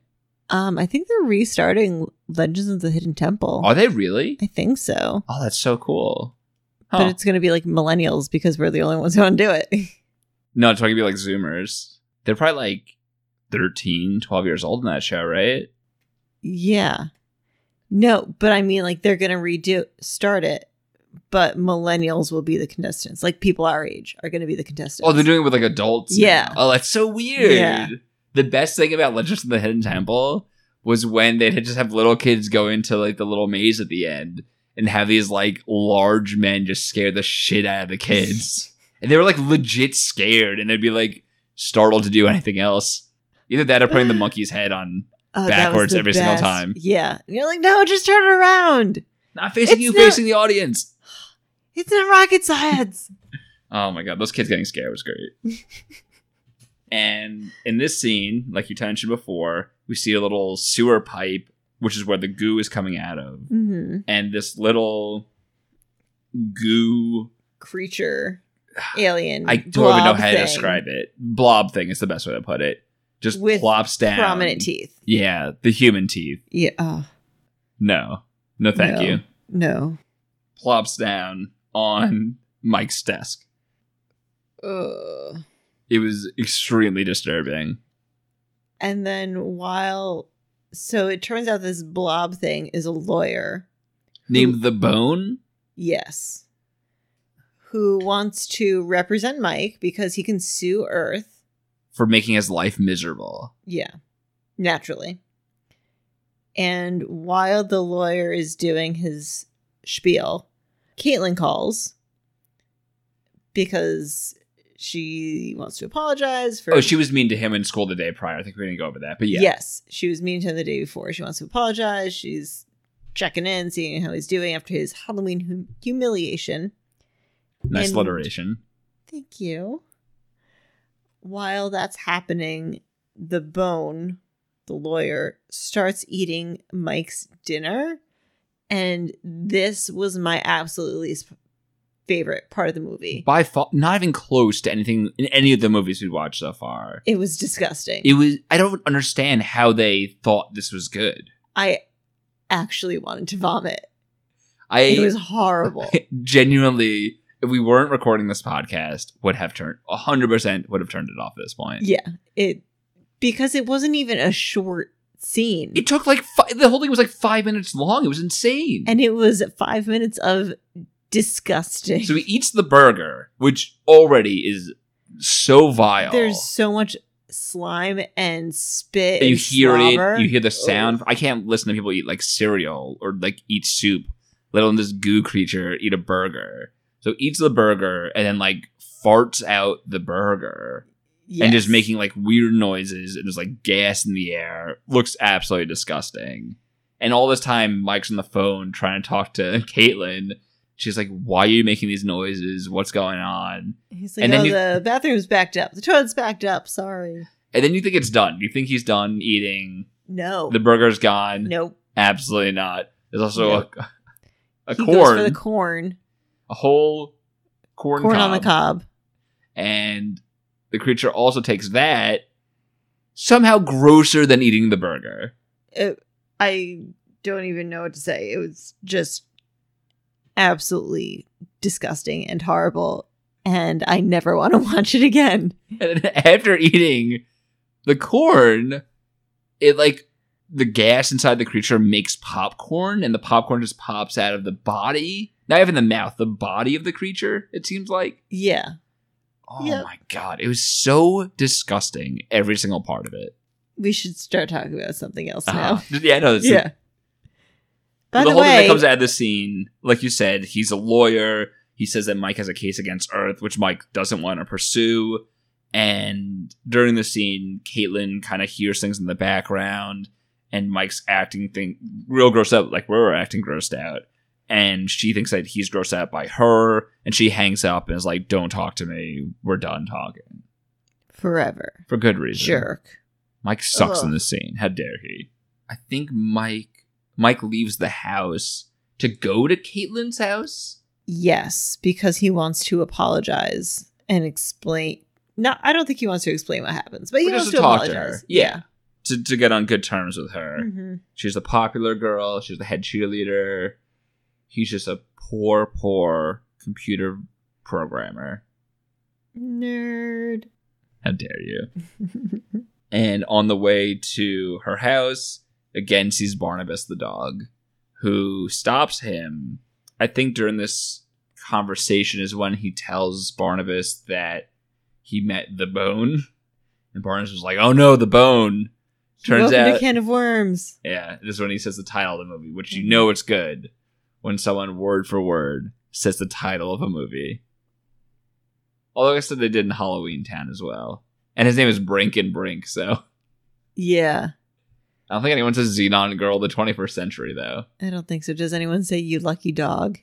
Um, I think they're restarting Legends of the Hidden Temple.
Are they really?
I think so,
Oh, that's so cool. Huh.
but it's going to be like millennials because we're the only ones who want to do it.
no, it's talking about like Zoomers. They're probably like 13, 12 years old in that show, right?
yeah, no, but I mean, like they're going to redo start it, but millennials will be the contestants. Like people our age are going to be the contestants.
Oh, they're doing it with like adults. now.
Yeah.
Oh, that's so weird.
Yeah.
The best thing about Legends of the Hidden Temple was when they'd just have little kids go into like the little maze at the end and have these like large men just scare the shit out of the kids. and they were like legit scared and they'd be like startled to do anything else. Either that or putting the monkey's head on
Oh, that was
backwards
the
every single
best.
time.
Yeah, and you're like, no, just turn around.
not facing
It's
you,
not-
facing the audience.
It's not rocket science.
Oh my god, those kids getting scared was great. and in this scene, like you mentioned before, we see a little sewer pipe, which is where the goo is coming out of,
mm-hmm.
and this little goo.
Creature, alien.
I don't even know
blob
how to
thing.
describe it. Blob thing is the best way to put it. Just
With
plops down.
prominent teeth.
Yeah, the human teeth.
Yeah. Uh,
No, no, thank
No.
you.
no.
Plops down on Mike's desk.
Ugh.
It was extremely disturbing.
And then while, so it turns out this blob thing is a lawyer.
Named the Bone.
Yes. Who wants to represent Mike because he can sue Earth.
for making his life miserable.
Yeah. Naturally. And while the lawyer is doing his spiel, Caitlin calls because she wants to apologize for
Oh, she was mean to him in school the day prior. I think we didn't go over that, but yeah.
Yes, she was mean to him the day before. She wants to apologize. She's checking in, seeing how he's doing after his Halloween hum- humiliation.
nice
and-
alliteration.
Thank you. While that's happening, the bone, the lawyer, starts eating Mike's dinner. And this was my absolute least favorite part of the movie.
By far, not even close to anything in any of the movies we watched so far.
It was disgusting.
It was. I don't understand how they thought this was good.
I actually wanted to vomit.
I
It was horrible.
genuinely, if we weren't recording this podcast, would have turned hundred percent would have turned it off at this point.
Yeah, it because it wasn't even a short scene.
It took like fi- the whole thing was like five minutes long. It was insane.
and it was five minutes of disgusting.
so he eats the burger, which already is so vile.
There's so much slime and spit.
And you
and
hear
slobber.
it. You hear the sound. I can't listen to people eat like cereal or like eat soup. Let alone this goo creature eat a burger. So eats the burger and then like farts out the burger and
Yes.
just making like weird noises and there's like gas in the air. Looks absolutely disgusting. And all this time, Mike's on the phone trying to talk to Caitlin. She's like, "Why are you making these noises? What's going on?"
He's like,
and
oh,
then you-
the bathroom's backed up. The toilet's backed up. Sorry.
And then you think it's done. You think he's done eating.
No.
The burger's gone.
nope.
Absolutely not. There's also a, a
he
corn,
goes for the corn.
a whole corn,
Corn, on the cob.
and the creature also takes that. Somehow grosser than eating the burger.
It, I don't even know what to say. It was just absolutely disgusting and horrible. And I never want to watch it again.
And then after eating the corn, it like the gas inside the creature makes popcorn, and the popcorn just pops out of the body, not even the mouth, the body of the creature. It seems like.
Yeah.
Oh
Yep.
my god! It was so disgusting. Every single part of it.
We should start talking about something else
Uh-huh.
now.
Yeah, no, this is
Yeah. By the,
the whole thing
way,
that comes out of the scene, like you said, he's a lawyer. He says that Mike has a case against Earth, which Mike doesn't want to pursue. And during the scene, Caitlin kind of hears things in the background, and Mike's acting thing real grossed out, like we're acting grossed out. And she thinks that he's grossed out by her, and she hangs up and is like, "Don't talk to me. We're done talking."
forever.
For good reason.
Jerk.
Mike sucks in
Ugh.
this scene. How dare he? I think Mike Mike leaves the house to go to Caitlin's house.
Yes, because he wants to apologize and explain. No, I don't think he wants to explain what happens, but he
But
wants
just
to,
to talk to
apologize.
her. Yeah. To, to get on good terms with her.
hmm
She's a popular girl, she's the head cheerleader. He's just a poor, poor computer programmer.
Nerd.
How dare you? And on the way to her house, again sees Barnabas the dog, who stops him. I think during this conversation is when he tells Barnabas that he met the bone. And Barnabas was like, oh no, the bone. Turns
Welcome to
out,
can of worms.
yeah, this is when he says the title of the movie, which you know it's good when someone word for word says the title of a movie. Although I said they did in Halloween Town as well. And his name is Brink and Brink, so.
Yeah,
I don't think anyone says Xenon Girl of the 21st Century, though.
I don't think so. Does anyone say you lucky dog?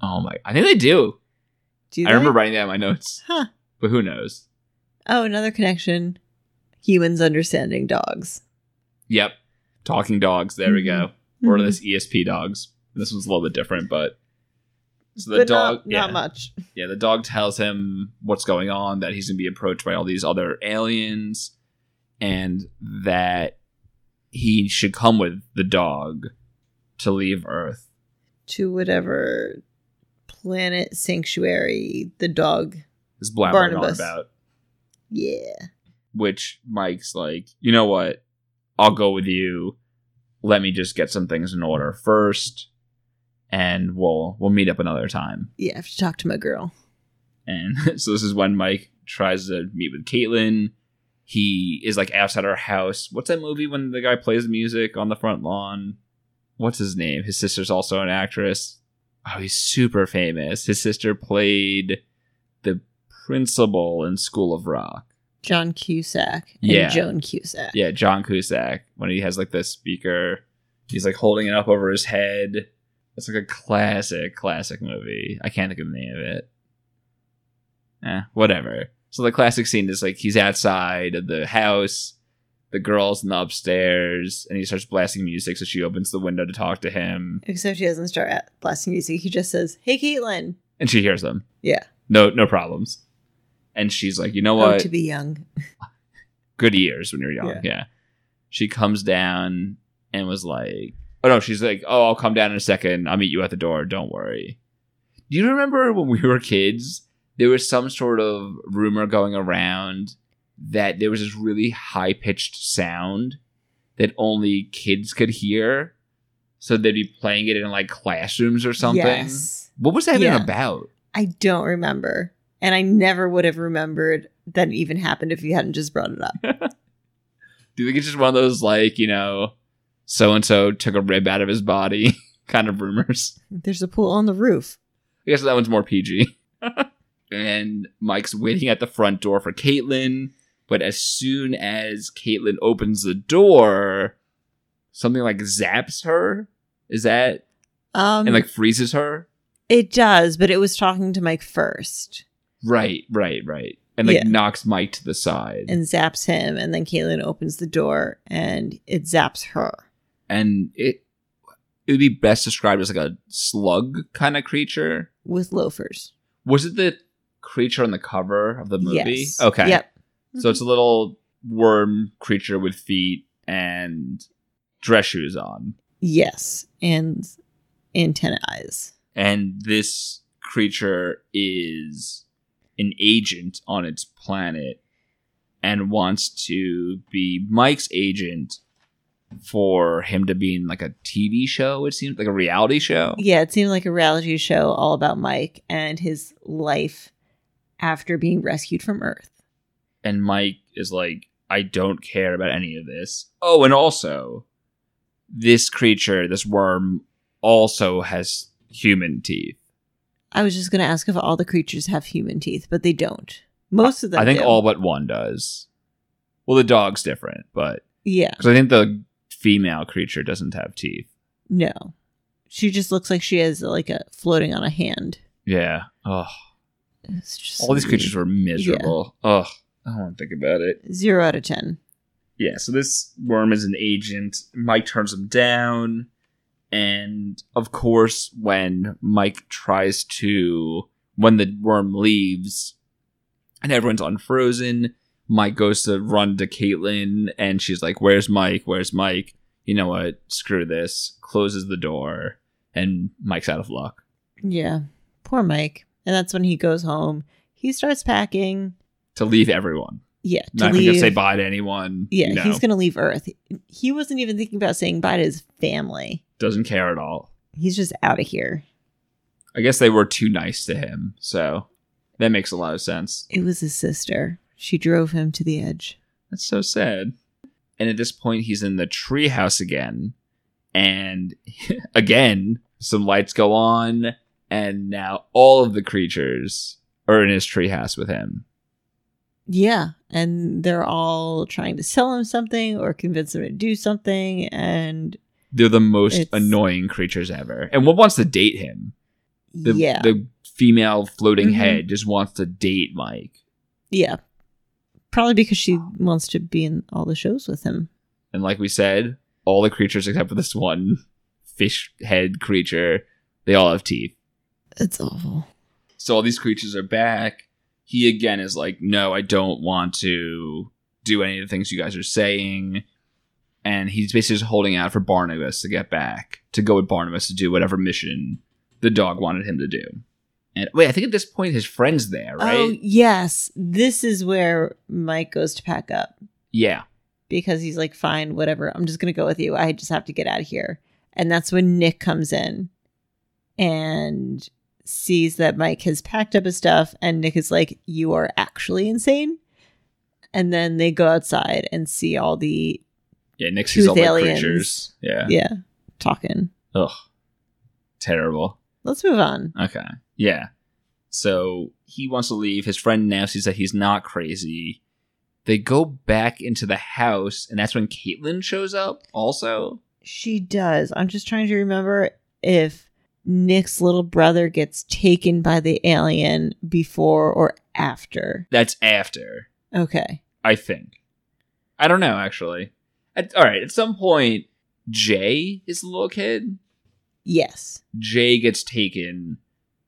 Oh my. I think they do.
Do you
I remember writing that in my notes,
Huh.
but who knows?
Oh, another connection. Humans understanding dogs.
Yep. Talking dogs. There we go. Or
Mhm.
this ESP dogs. This one's a little bit different, but. So the
but
dog.
Not,
yeah.
not much.
Yeah, the dog tells him what's going on, that he's going to be approached by all these other aliens, and that he should come with the dog to leave Earth.
To whatever planet sanctuary the dog.
Is blabbering on
Barnabas.
about.
Yeah.
which Mike's like, you know what? I'll go with you. Let me just get some things in order first, and we'll we'll meet up another time.
Yeah, I have to talk to my girl.
And so this is when Mike tries to meet with Caitlin. He is like outside her house. What's that movie when the guy plays music on the front lawn? What's his name? His sister's also an actress. Oh, he's super famous. His sister played the principal in School of Rock.
John Cusack and
Yeah.
Joan Cusack.
Yeah, John Cusack when he has like the speaker, he's like holding it up over his head. It's like a classic, classic movie. I can't think of the name of it. Eh, whatever. So the classic scene is like he's outside of the house, the girls in the upstairs, and he starts blasting music. So she opens the window to talk to him,
Except he doesn't start at blasting music. He just says, "Hey, Caitlin."
and she hears them.
Yeah.
no, no problems. And she's like, you know
Oh,
what?
to be young.
good years when you're young. Yeah.
Yeah.
She comes down and was like, oh no, she's like, oh, I'll come down in a second. I'll meet you at the door. Don't worry. Do you remember when we were kids? There was some sort of rumor going around that there was this really high pitched sound that only kids could hear. So they'd be playing it in like classrooms or something.
Yes.
What was that
Yeah.
even about?
I don't remember. And I never would have remembered that it even happened if you hadn't just brought it up.
Do you think it's just one of those like, you know, so and so took a rib out of his body kind of rumors?
There's a pool on the roof.
I guess that one's more PG. and Mike's waiting at the front door for Caitlin, but as soon as Caitlin opens the door, something like zaps her. Is that
Um,
and like freezes her?
it does, but it was talking to Mike first
Right, right, right. And like
Yeah.
knocks Mike to the side.
and zaps him, and then Caitlin opens the door and it zaps her.
and it it would be best described as like a slug kind of creature.
with loafers.
Was it the creature on the cover of the movie?
Yes.
Okay.
Yep.
So it's a little worm creature with feet and dress shoes on.
yes, and antenna eyes.
And this creature is an agent on its planet and wants to be Mike's agent for him to be in like a TV show, it seems like a reality show.
Yeah, it seemed like a reality show all about Mike and his life after being rescued from Earth.
And Mike is like, I don't care about any of this. Oh, and also, this creature, this worm, also has human teeth.
I was just going to ask if all the creatures have human teeth, but they don't. Most of them.
I think
do.
all but one does. Well, the dog's different, but
Yeah,
because I think the female creature doesn't have teeth.
no. She just looks like she has like a floating on a hand.
Yeah. Ugh.
It's just
All these
weird.
creatures were miserable. Ugh. I don't want to think about it.
zero out of ten.
Yeah, so this worm is an agent. Mike turns him down. And of course, when Mike tries to, when the worm leaves and everyone's unfrozen, Mike goes to run to Caitlin and she's like, Where's Mike? Where's Mike? You know what? Screw this. Closes the door and Mike's out of luck.
Yeah, poor Mike. And that's when he goes home. He starts packing.
To leave everyone.
Yeah, to
Not even
leave.
gonna say bye to anyone.
Yeah,
no,
he's going to leave Earth. He wasn't even thinking about saying bye to his family.
doesn't care at all.
He's just out of here.
I guess they were too nice to him, so that makes a lot of sense.
It was his sister. She drove him to the edge.
That's so sad. And at this point, he's in the treehouse again, and again, some lights go on, and now all of the creatures are in his treehouse with him.
Yeah, and they're all trying to sell him something or convince him to do something. And
They're the most
It's-
annoying creatures ever. And what wants to date him? The,
yeah,
the female floating
Mhm.
head just wants to date Mike.
yeah. Probably because she wants to be in all the shows with him.
And like we said, all the creatures except for this one fish head creature, they all have teeth.
It's awful.
So all these creatures are back. He again is like, no, I don't want to do any of the things you guys are saying. And he's basically just holding out for Barnabas to get back, to go with Barnabas to do whatever mission the dog wanted him to do. And wait, I think at this point his friend's there, right?
Oh, yes. This is where Mike goes to pack up.
yeah.
because he's like, fine, whatever. I'm just going to go with you. I just have to get out of here. And that's when Nick comes in and sees that Mike has packed up his stuff. And Nick is like, you are actually insane. And then they go outside and see all the,
Yeah, Nick sees
Tooth
all the
aliens.
creatures. Yeah.
yeah, talking.
Ugh. Terrible.
Let's move on.
Okay. Yeah. So he wants to leave. His friend now sees that he's not crazy. They go back into the house, and that's when Caitlin shows up also.
She does. I'm just trying to remember if Nick's little brother gets taken by the alien before or after.
That's after,
Okay.
I think. I don't know, actually. At, all right. At some point, Jay is the little kid.
Yes.
Jay gets taken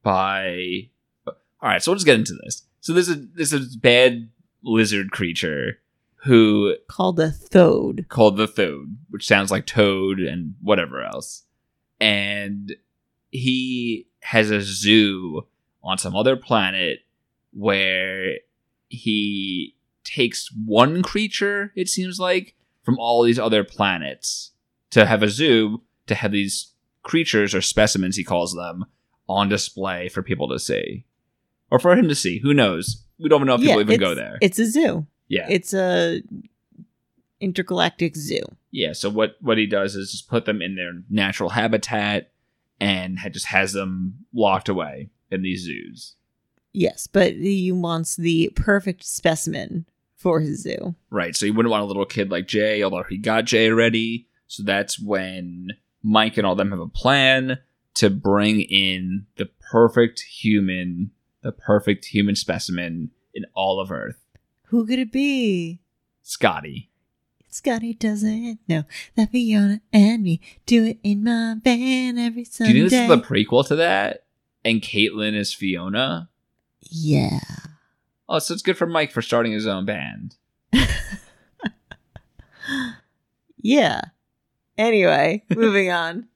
by. All right, so we'll just get into this. So there's a there's a bad lizard creature who
Called a thode.
called the Thode, which sounds like Toad and whatever else. And he has a zoo on some other planet where he takes one creature, it seems like, from all these other planets to have a zoo to have these creatures or specimens he calls them on display for people to see or for him to see who knows we don't even know if people even
it's-
go there
It's a zoo.
yeah
It's a intergalactic zoo.
yeah so what what he does is just put them in their natural habitat and ha- just has them locked away in these zoos
Yes, but he wants the perfect specimen for his zoo.
Right. So you wouldn't want a little kid like Jay, although he got Jay already. So that's when Mike and all them have a plan to bring in the perfect human, the perfect human specimen in all of Earth.
Who could it be?
Scotty.
Scotty doesn't know that Fiona and me do it in my van every
Do
Sunday.
you think this is the prequel to that? And Caitlin is Fiona?
yeah.
Oh, so it's good for Mike for starting his own band.
Yeah. Anyway, moving on.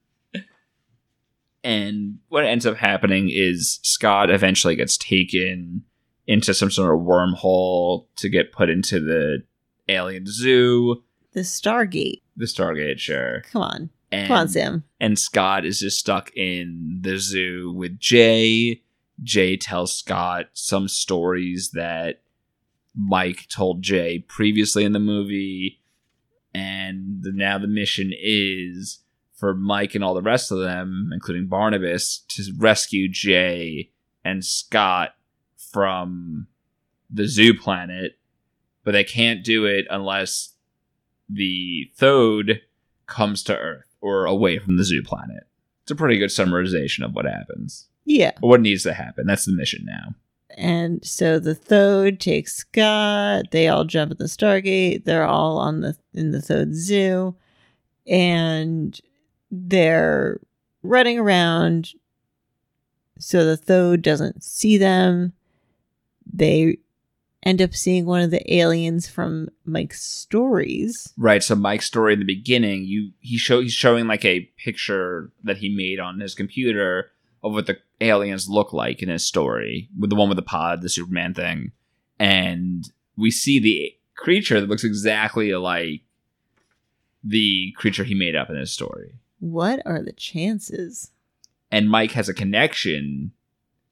And what ends up happening is Scott eventually gets taken into some sort of wormhole to get put into the alien zoo.
The Stargate.
the Stargate, sure.
Come on.
And,
Come on, Sam.
And Scott is just stuck in the zoo with Jay. Jay tells Scott some stories that Mike told Jay previously in the movie. And the, now the mission is for Mike and all the rest of them, including Barnabas, to rescue Jay and Scott from the zoo planet. But they can't do it unless the Thode comes to Earth or away from the zoo planet. It's a pretty good summarization of what happens.
Yeah.
Or what needs to happen. That's the mission now.
And so the Thode takes Scott. They all jump at the Stargate. They're all on the in the Thode Zoo, and they're running around. So the Thode doesn't see them. They end up seeing one of the aliens from Mike's stories.
Right, so Mike's story in the beginning, you he show he's showing like a picture that he made on his computer of what the aliens look like in his story, with the one with the pod, the Superman thing. And we see the creature that looks exactly like the creature he made up in his story.
What are the chances?
and Mike has a connection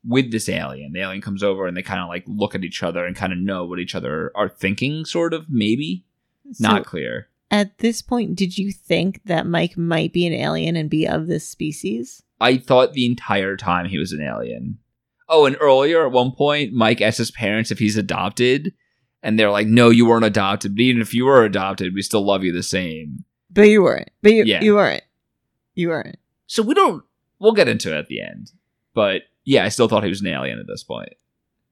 with this alien. The alien comes over and they kind of like look at each other and kind of know what each other are thinking, sort of, maybe. Not
So
clear.
at this point, did you think that Mike might be an alien and be of this species?
I thought the entire time he was an alien. Oh, and earlier at one point, Mike asks his parents if he's adopted, and they're like, no, you weren't adopted. But even if you were adopted, we still love you the same.
But you weren't. But you
Yeah.
you weren't. You weren't.
So we don't, we'll get into it at the end. But yeah, I still thought he was an alien at this point.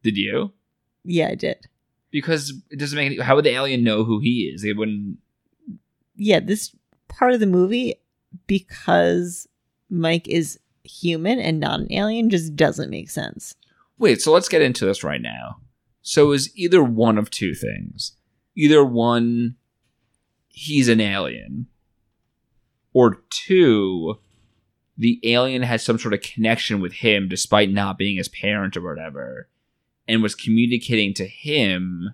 Did you?
Yeah, I did.
Because it doesn't make any, how would the alien know who he is? They wouldn't
Yeah, this part of the movie, because Mike is human and not an alien, just doesn't make sense.
Wait, so let's get into this right now. So it was either one of two things. Either one, he's an alien, or two, the alien had some sort of connection with him despite not being his parent or whatever, and was communicating to him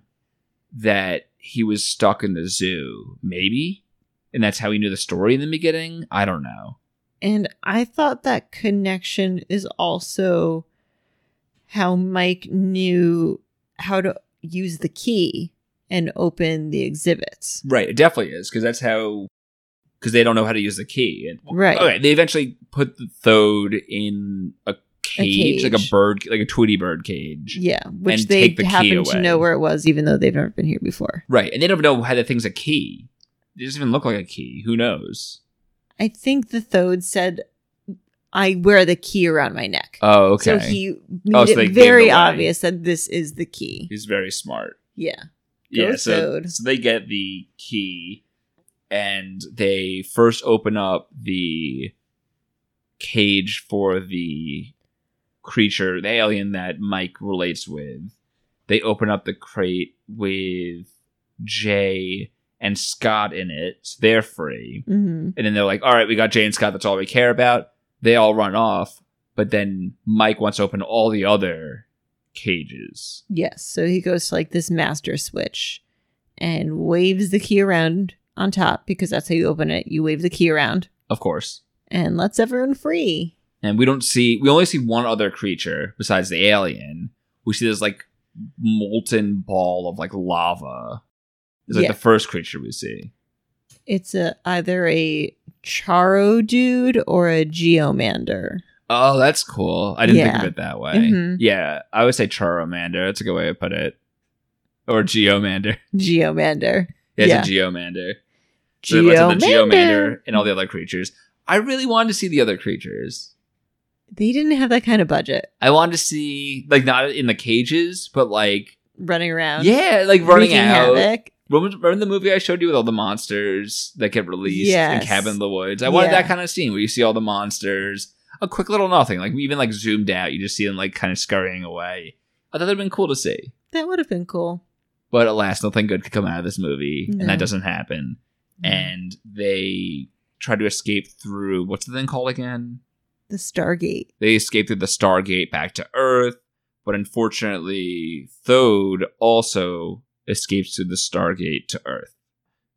that he was stuck in the zoo, maybe? And that's how he knew the story in the beginning? I don't know.
And I thought that connection is also how Mike knew how to use the key and open the exhibits.
Right, it definitely is, because that's how. Because they don't know how to use the key. And
Right.
Okay, they eventually put the Thode in a cage, like a
cage.
bird, like a Tweety bird cage.
Yeah, which
And
they
take the key
happen
away.
to know where it was, even though they've never been here before.
Right, and they don't know how the thing's a key. It doesn't even look like a key. Who knows?
I think the Thode said, "I wear the key around my neck."
Oh,
So
okay.
he made
Oh, so they
it
gave
very
it away.
obvious that this is the key.
He's very smart.
Yeah. Go
yeah, so,
Thode.
so they get the key, and they first open up the cage for the creature, the alien that Mike relates with. They open up the crate with Jay and Scott in it. So they're free.
Mm-hmm.
And then they're like, all right, we got Jay and Scott. That's all we care about. They all run off. But then Mike wants to open all the other cages.
Yes. So he goes to like this master switch and waves the key around on top because that's how you open it. You wave the key around
of course.
and lets everyone free.
And we don't see, we only see one other creature besides the alien. We see this like molten ball of like lava. It's like
Yeah.
the first creature we see.
It's a either a Charo dude or a Geomander.
Oh, that's cool. I didn't think
Yeah.
of it that way.
Mhm.
Yeah, I would say Charomander. That's a good way to put it. Or Geomander.
Geomander.
Yeah, it's
Yeah.
a Geomander. So they
Geomander.
went to the Geomander and all the other creatures. I really wanted to see the other creatures.
They didn't have that kind of budget
I wanted to see, like, not in the cages, but like,
running around.
yeah, like running
wreaking
out.
havoc.
Remember, remember the movie I showed you with all the monsters that get released
Yes.
in Cabin in the Woods? I wanted
Yeah.
that kind of scene where you see all the monsters, a quick little nothing, like even like zoomed out, you just see them like kind of scurrying away. I thought that'd been cool to see,
That would have been cool.
but alas, nothing good could come out of this movie, and
No.
that doesn't happen. And they try to escape through what's the thing called again?
the Stargate.
They escape through the Stargate back to Earth, but unfortunately, Thode also escapes through the Stargate to Earth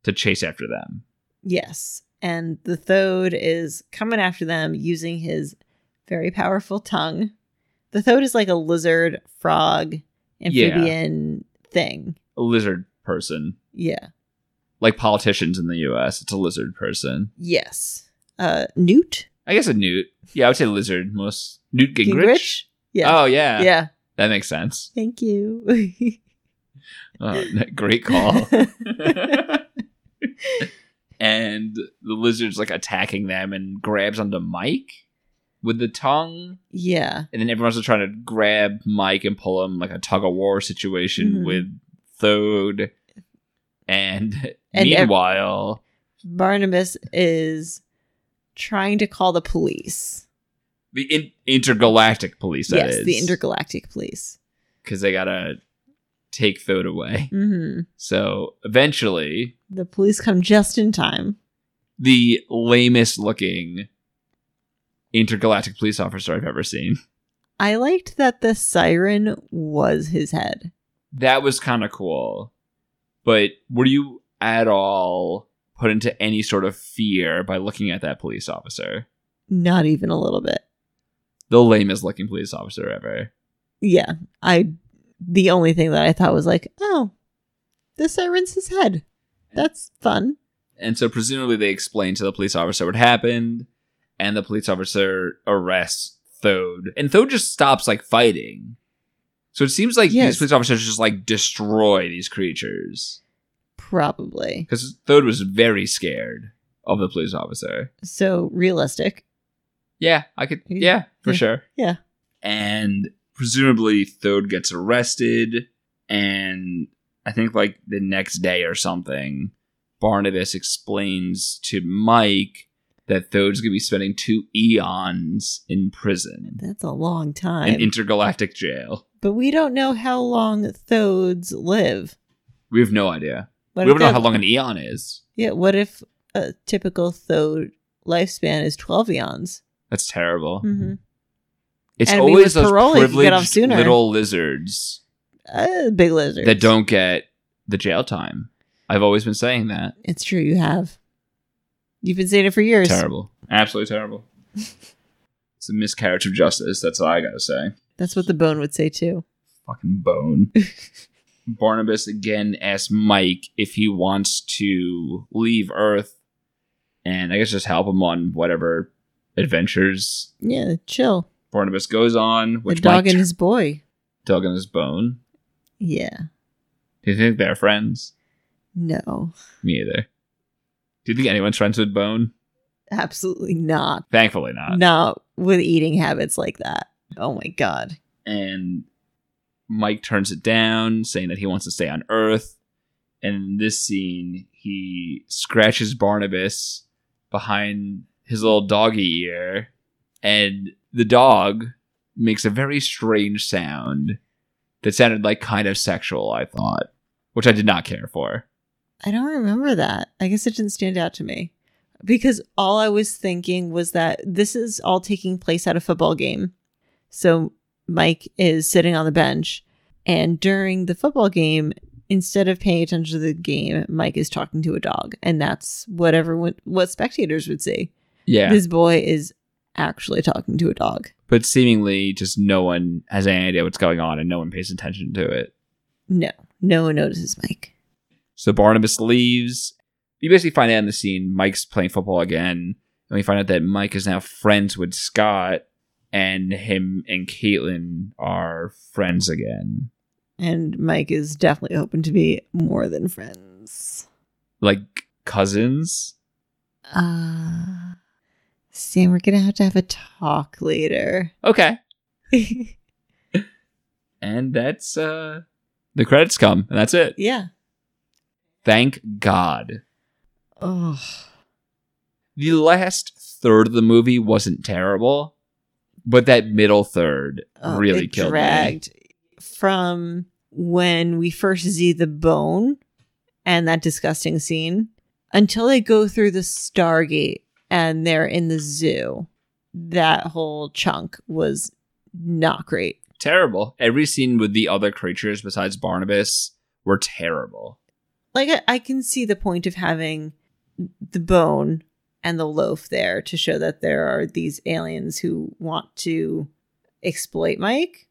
to chase after them.
Yes. And the Thode is coming after them using his very powerful tongue. The Thode is like a lizard, frog, amphibian thing.
a lizard person,
Yeah.
like politicians in the U.S. It's a lizard person.
Yes. Uh Newt
I guess a newt. Yeah, I would say lizard most. Newt Gingrich.
Gingrich? Yeah.
Oh yeah.
Yeah.
that makes sense.
Thank you.
Oh, great call. and the lizard's like attacking them and grabs onto Mike with the tongue,
yeah.
and then everyone's trying to grab Mike and pull him like a tug of war situation
Mhm.
with Thode. And,
And ev-
meanwhile,
Barnabas is trying to call the police.
the in- intergalactic police. that
yes,
is.
the intergalactic police.
because they gotta take Thode away.
hmm
So eventually,
The police come just in time.
the lamest looking intergalactic police officer I've ever seen.
I liked that the siren was his head.
That was kind of cool. But were you at all put into any sort of fear by looking at that police officer?
Not even a little bit.
The lamest looking police officer ever.
Yeah. I the only thing that I thought was like, oh, the siren's his head. That's fun.
And so presumably they explained to the police officer what happened, and the police officer arrests Thode. And Thode just stops like fighting. So it seems like
Yes.
these police officers just like destroy these creatures.
Probably.
Because Thode was very scared of the police officer.
So realistic.
Yeah, I could
Yeah.
yeah, for
Yeah.
sure.
Yeah.
And presumably Thode gets arrested and I think like the next day or something, Barnabas explains to Mike that Thode's gonna be spending two eons in prison.
That's a long time.
In intergalactic jail.
but we don't know how long thodes live.
We have no idea.
What
we
if
don't know
that-
how long an eon is.
Yeah, what if a typical thode lifespan is 12 eons?
That's terrible.
Mm-hmm.
It's
And we
always
with
those
parole, you could get off
privileged
sooner.
little lizards
Uh, big lizard.
that don't get the jail time. I've always been saying that.
It's true, you have. You've been saying it for years.
Terrible. Absolutely terrible. it's a miscarriage of justice. That's all I got to say.
That's what the bone would say too.
Fucking bone. Barnabas again asks Mike if he wants to leave Earth and I guess just help him on whatever adventures
Yeah, chill.
Barnabas goes on.
The
Which
dog
Mike
and his boy.
dog and his bone.
Yeah.
Do you think they're friends?
No.
Me either. Do you think anyone's friends with Bone?
Absolutely not.
Thankfully not.
Not with eating habits like that. Oh my god.
and Mike turns it down, saying that he wants to stay on Earth. And in this scene, he scratches Barnabas behind his little doggy ear, and the dog makes a very strange sound that sounded like kind of sexual, I thought, which I did not care for.
I don't remember that. I guess it didn't stand out to me. Because all I was thinking was that this is all taking place at a football game. So Mike is sitting on the bench and during the football game instead of paying attention to the game, Mike is talking to a dog, and that's what everyone, what spectators would see.
Yeah.
This boy is actually talking to a dog.
but seemingly just no one has any idea what's going on and no one pays attention to it.
No, no one notices Mike.
So Barnabas leaves. You basically find out in the scene Mike's playing football again, and we find out that Mike is now friends with Scott, and him and Caitlin are friends again.
And Mike is definitely open to be more than friends.
Like cousins?
Uh, Sam, we're going to have to have a talk later.
Okay. And that's uh the credits come, and that's it.
yeah.
Thank God.
Oh,
The last third of the movie wasn't terrible, but that middle third really killed me.
Oh, dragged from when we first see the bone and that disgusting scene until they go through the Stargate and they're in the zoo. That whole chunk was not great.
terrible. Every scene with the other creatures besides Barnabas were terrible.
Like I, I can see the point of having the bone and the loaf there to show that there are these aliens who want to exploit Mike.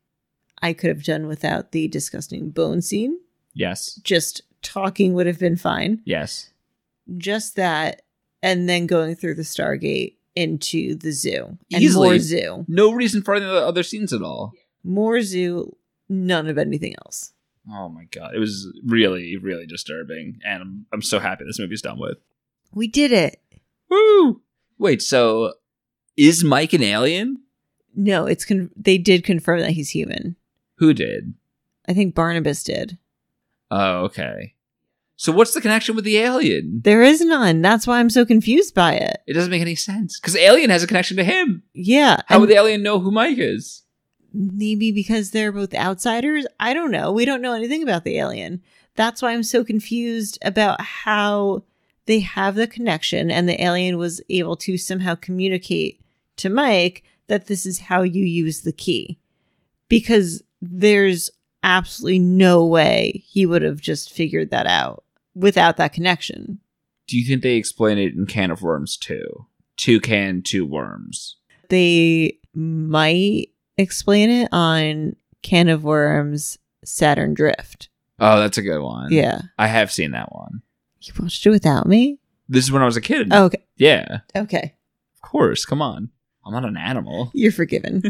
I could have done without the disgusting bone scene.
Yes.
just talking would have been fine.
Yes.
Just that, and then going through the Stargate into the zoo and
Easily.
more zoo,
No reason for any of the other scenes at all.
more zoo, none of anything else.
Oh my god. It was really, really disturbing. And I'm I'm so happy this movie's done with.
We did it.
Woo! Wait, so is Mike an alien?
No, it's con- they did confirm that he's human.
Who did?
I think Barnabas did.
Oh, okay. So what's the connection with the alien?
There is none. That's why I'm so confused by it.
It doesn't make any sense. Because alien has a connection to him.
Yeah,
How would
and
the alien know who Mike is?
maybe because they're both outsiders. I don't know. We don't know anything about the alien. That's why I'm so confused about how they have the connection and the alien was able to somehow communicate to Mike that this is how you use the key. Because there's absolutely no way he would have just figured that out without that connection.
Do you think they explain it in Can of Worms too? Two can, two worms.
They might explain it on Can of Worms Saturn Drift.
Oh, that's a good one.
Yeah.
I have seen that one.
You watched it without me?
This is when I was a kid.
Okay.
Yeah,
Okay.
of course. Come on. I'm not an animal.
You're forgiven.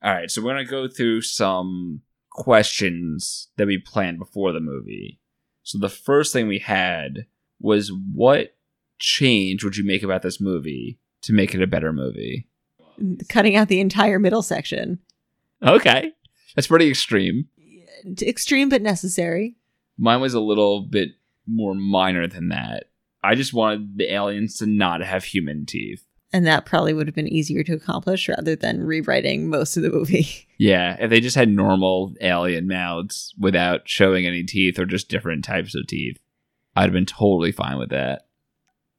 All right, so we're going to go through some questions that we planned before the movie. So the first thing we had was what change would you make about this movie to make it a better movie?
Cutting out the entire middle section.
Okay. That's pretty extreme.
Extreme but necessary.
Mine was a little bit more minor than that. I just wanted the aliens to not have human teeth.
And that probably would have been easier to accomplish rather than rewriting most of the movie.
Yeah, if they just had normal alien mouths without showing any teeth or just different types of teeth, I'd have been totally fine with that.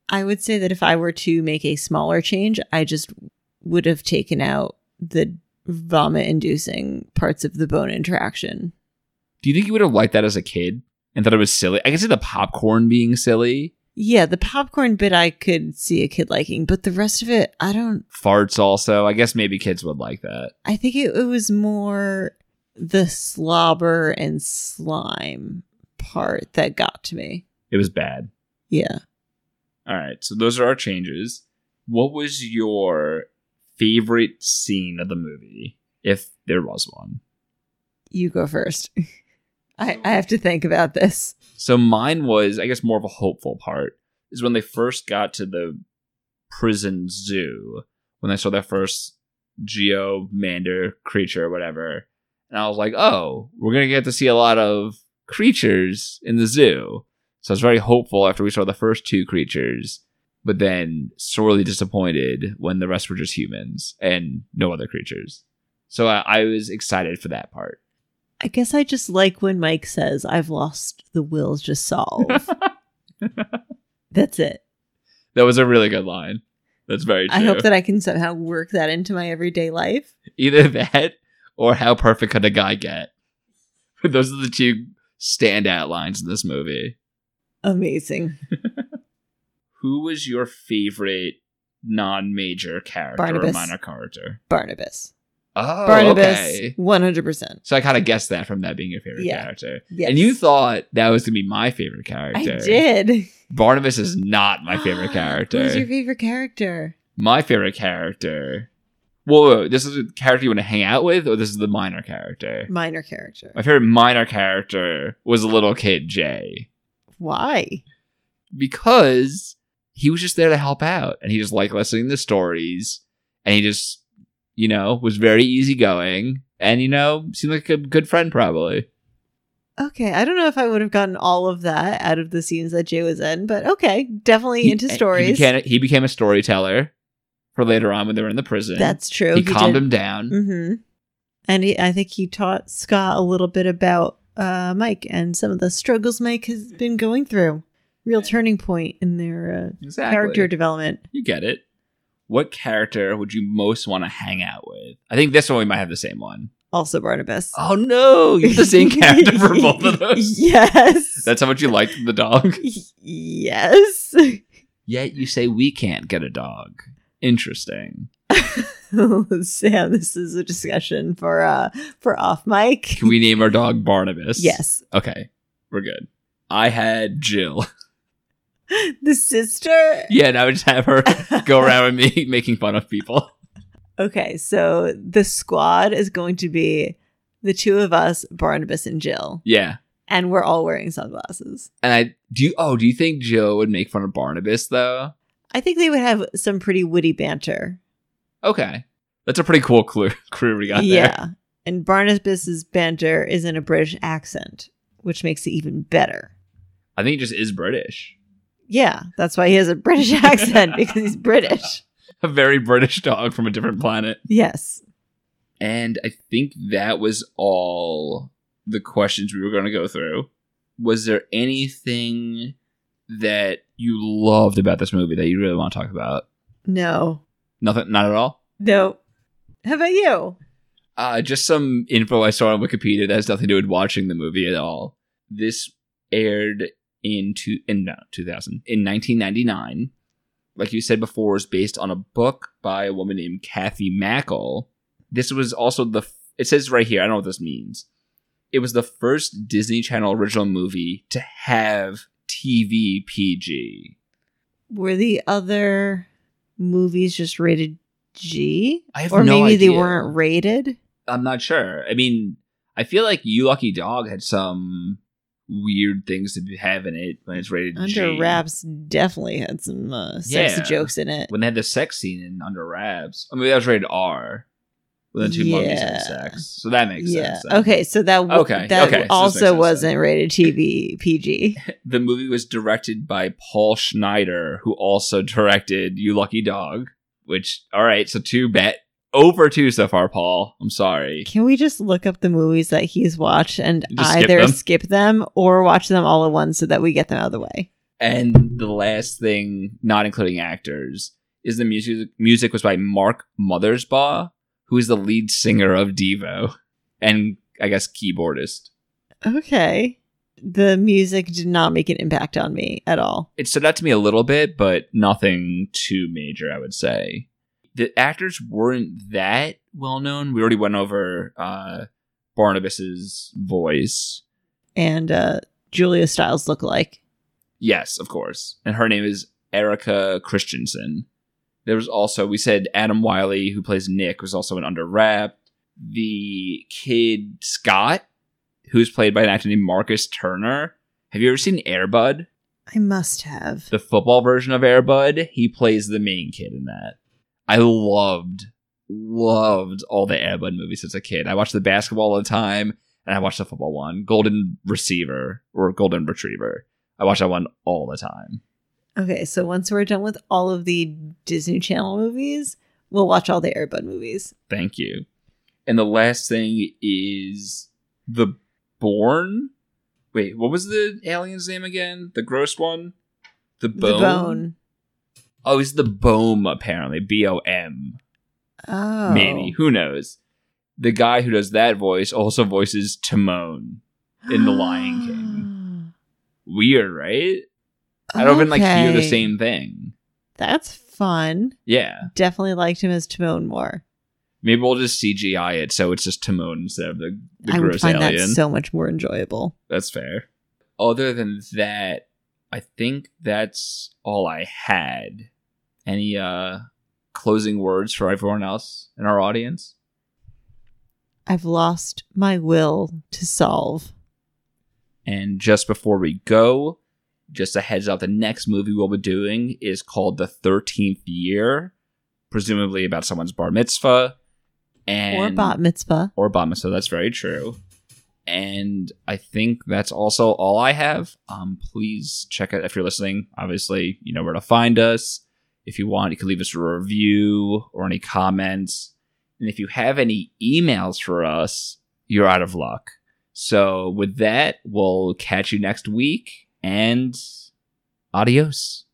I would say that if I were to make a smaller change, I just would have taken out the vomit inducing parts of the bone interaction.
Do you think you would have liked that as a kid and thought it was silly? I can see the popcorn being silly,
Yeah, the popcorn bit I could see a kid liking, but the rest of it, I don't
farts also. I guess maybe kids would like that.
I think it, it was more the slobber and slime part that got to me.
It was bad.
Yeah.
All right, so those are our changes. What was your favorite scene of the movie, if there was one?
You go first. I, I have to think about this.
So mine was, I guess, more of a hopeful part is when they first got to the prison zoo when I saw that first geomander creature or whatever, and I was like, oh, we're gonna get to see a lot of creatures in the zoo. So I was very hopeful after we saw the first two creatures, but then sorely disappointed when the rest were just humans and no other creatures. So I, I was excited for that part.
I guess I just like when Mike says, I've lost the will to solve. That's it.
That was a really good line. That's very true.
I hope that I can somehow work that into my everyday life.
Either that or how perfect could a guy get? Those are the two standout lines in this movie.
Amazing.
Who was your favorite non-major character or
Barnabas.
minor character?
Barnabas.
Oh,
Barnabas,
okay.
one hundred percent.
So I kind of guessed that from that being your favorite
Yeah.
character.
Yes.
And you thought that was gonna be my favorite character.
I did.
Barnabas is not my favorite character.
Who's your favorite character?
my favorite character. Whoa, whoa, this is a character you want to hang out with, or this is the minor character?
Minor character.
My favorite minor character was little kid Jay
Why?
because he was just there to help out, and he just liked listening to stories, and he just, you know, was very easygoing, and you know, seemed like a good friend probably.
Okay, I don't know if I would have gotten all of that out of the scenes that Jay was in, but okay, definitely into
He eh,
stories.
became, he became a storyteller for later on when they were in the prison.
That's true.
he, calmed him down.
Mm-hmm. And he, I think he taught Scott a little bit about uh, Mike and some of the struggles Mike has been going through. Real turning point in their uh,
Exactly.
character development.
You get it. What character would you most want to hang out with? I think this one we might have the same one.
Also, Barnabas.
Oh no, you have the same character for both of those.
Yes.
That's how much you liked the dog.
yes.
Yet you say we can't get a dog. Interesting.
Sam, this is a discussion for uh for off mic.
Can we name our dog Barnabas?
Yes.
Okay, we're good. I had Jill.
The sister.
Yeah, and I would just have her go around with me making fun of people.
Okay, so the squad is going to be the two of us, Barnabas and Jill,
Yeah.
and we're all wearing sunglasses.
And I do you oh, do you think Jill would make fun of Barnabas though?
I think they would have some pretty witty banter.
Okay. That's a pretty cool clue crew we got there.
Yeah. And Barnabas's banter is in a British accent, which makes it even better.
I think he just is British.
Yeah, that's why he has a British accent because he's British.
a very British dog from a different planet.
Yes.
And I think that was all the questions we were going to go through. Was there anything that you loved about this movie that you really want to talk about?
No.
Nothing, not at all.
No. How about you?
Uh, just some info I saw on Wikipedia that has nothing to do with watching the movie at all. This aired in two in no, 2000 in 1999. Like you said before, is based on a book by a woman named Kathy Mackle. This was also the f- it says right here. I don't know what this means. It was the first Disney Channel original movie to have TV PG.
Were the other movies just rated G?
I have
or
no
maybe they
idea.
weren't rated?
I'm not sure. I mean, I feel like You Lucky Dog had some weird things to be- have in it when it's rated
Under
G.
Wraps definitely had some uh, sexy
Yeah.
jokes in it.
When they had the sex scene in Under Wraps. I mean, that was rated R. When the two mummies
Yeah.
had sex. So that makes
yeah.
sense. then.
Okay. So that w-
Okay,
that
okay, so this makes
also
sense
wasn't
then.
rated TV PG.
The movie was directed by Paul Schneider, who also directed You Lucky Dog, which, all right, so two bet. Over two so far, Paul. I'm sorry.
Can we just look up the movies that he's watched and
Just skip
either
them?
skip them or watch them all at once so that we get them out of the way?
And the last thing, not including actors, is the music. Music was by Mark Mothersbaugh, who is the lead singer of Devo, and I guess keyboardist.
Okay. The music did not make an impact on me at all.
It stood out to me a little bit, but nothing too major, I would say. The actors weren't that well known. We already went over uh, Barnabas's voice.
And uh, Julia Stiles look like
Yes, of course. And her name is Erica Christensen. There was also, we said Adam Wiley, who plays Nick, was also an under wrap. The kid Scott, who's played by an actor named Marcus Turner. Have you ever seen Airbud?
I must have.
The football version of Airbud? He plays the main kid in that. I loved, loved all the Airbud movies as a kid. I watched the basketball all the time, and I watched the football one, Golden Receiver or Golden Retriever. I watched that one all the time.
Okay, so once we're done with all of the Disney Channel movies, we'll watch all the Airbud movies.
Thank you. And the last thing is the Born. Wait, what was the alien's name again? The gross one. The bone.
The Bone.
Oh, it's the Bome apparently. B O M.
Oh.
Maybe who knows? The guy who does that voice also voices Timon in The Lion King. Weird, right? I don't even like hear the
Okay.
same thing.
That's fun.
Yeah.
Definitely liked him as Timon more.
Maybe we'll just CGI it so it's just Timon instead of the, the
I would
gross
find
alien.
that so much more enjoyable.
That's fair. Other than that, I think that's all I had. Any uh closing words for everyone else in our audience?
I've lost my will to solve.
And just before we go, just a heads up the next movie we'll be doing is called The 13th Year, presumably about someone's bar mitzvah. And
or bat mitzvah.
or Obama, so that's very true. And I think that's also all I have. Um, please check out if you're listening. Obviously, you know where to find us. If you want, you can leave us a review or any comments. And if you have any emails for us, you're out of luck. So with that, we'll catch you next week and adios.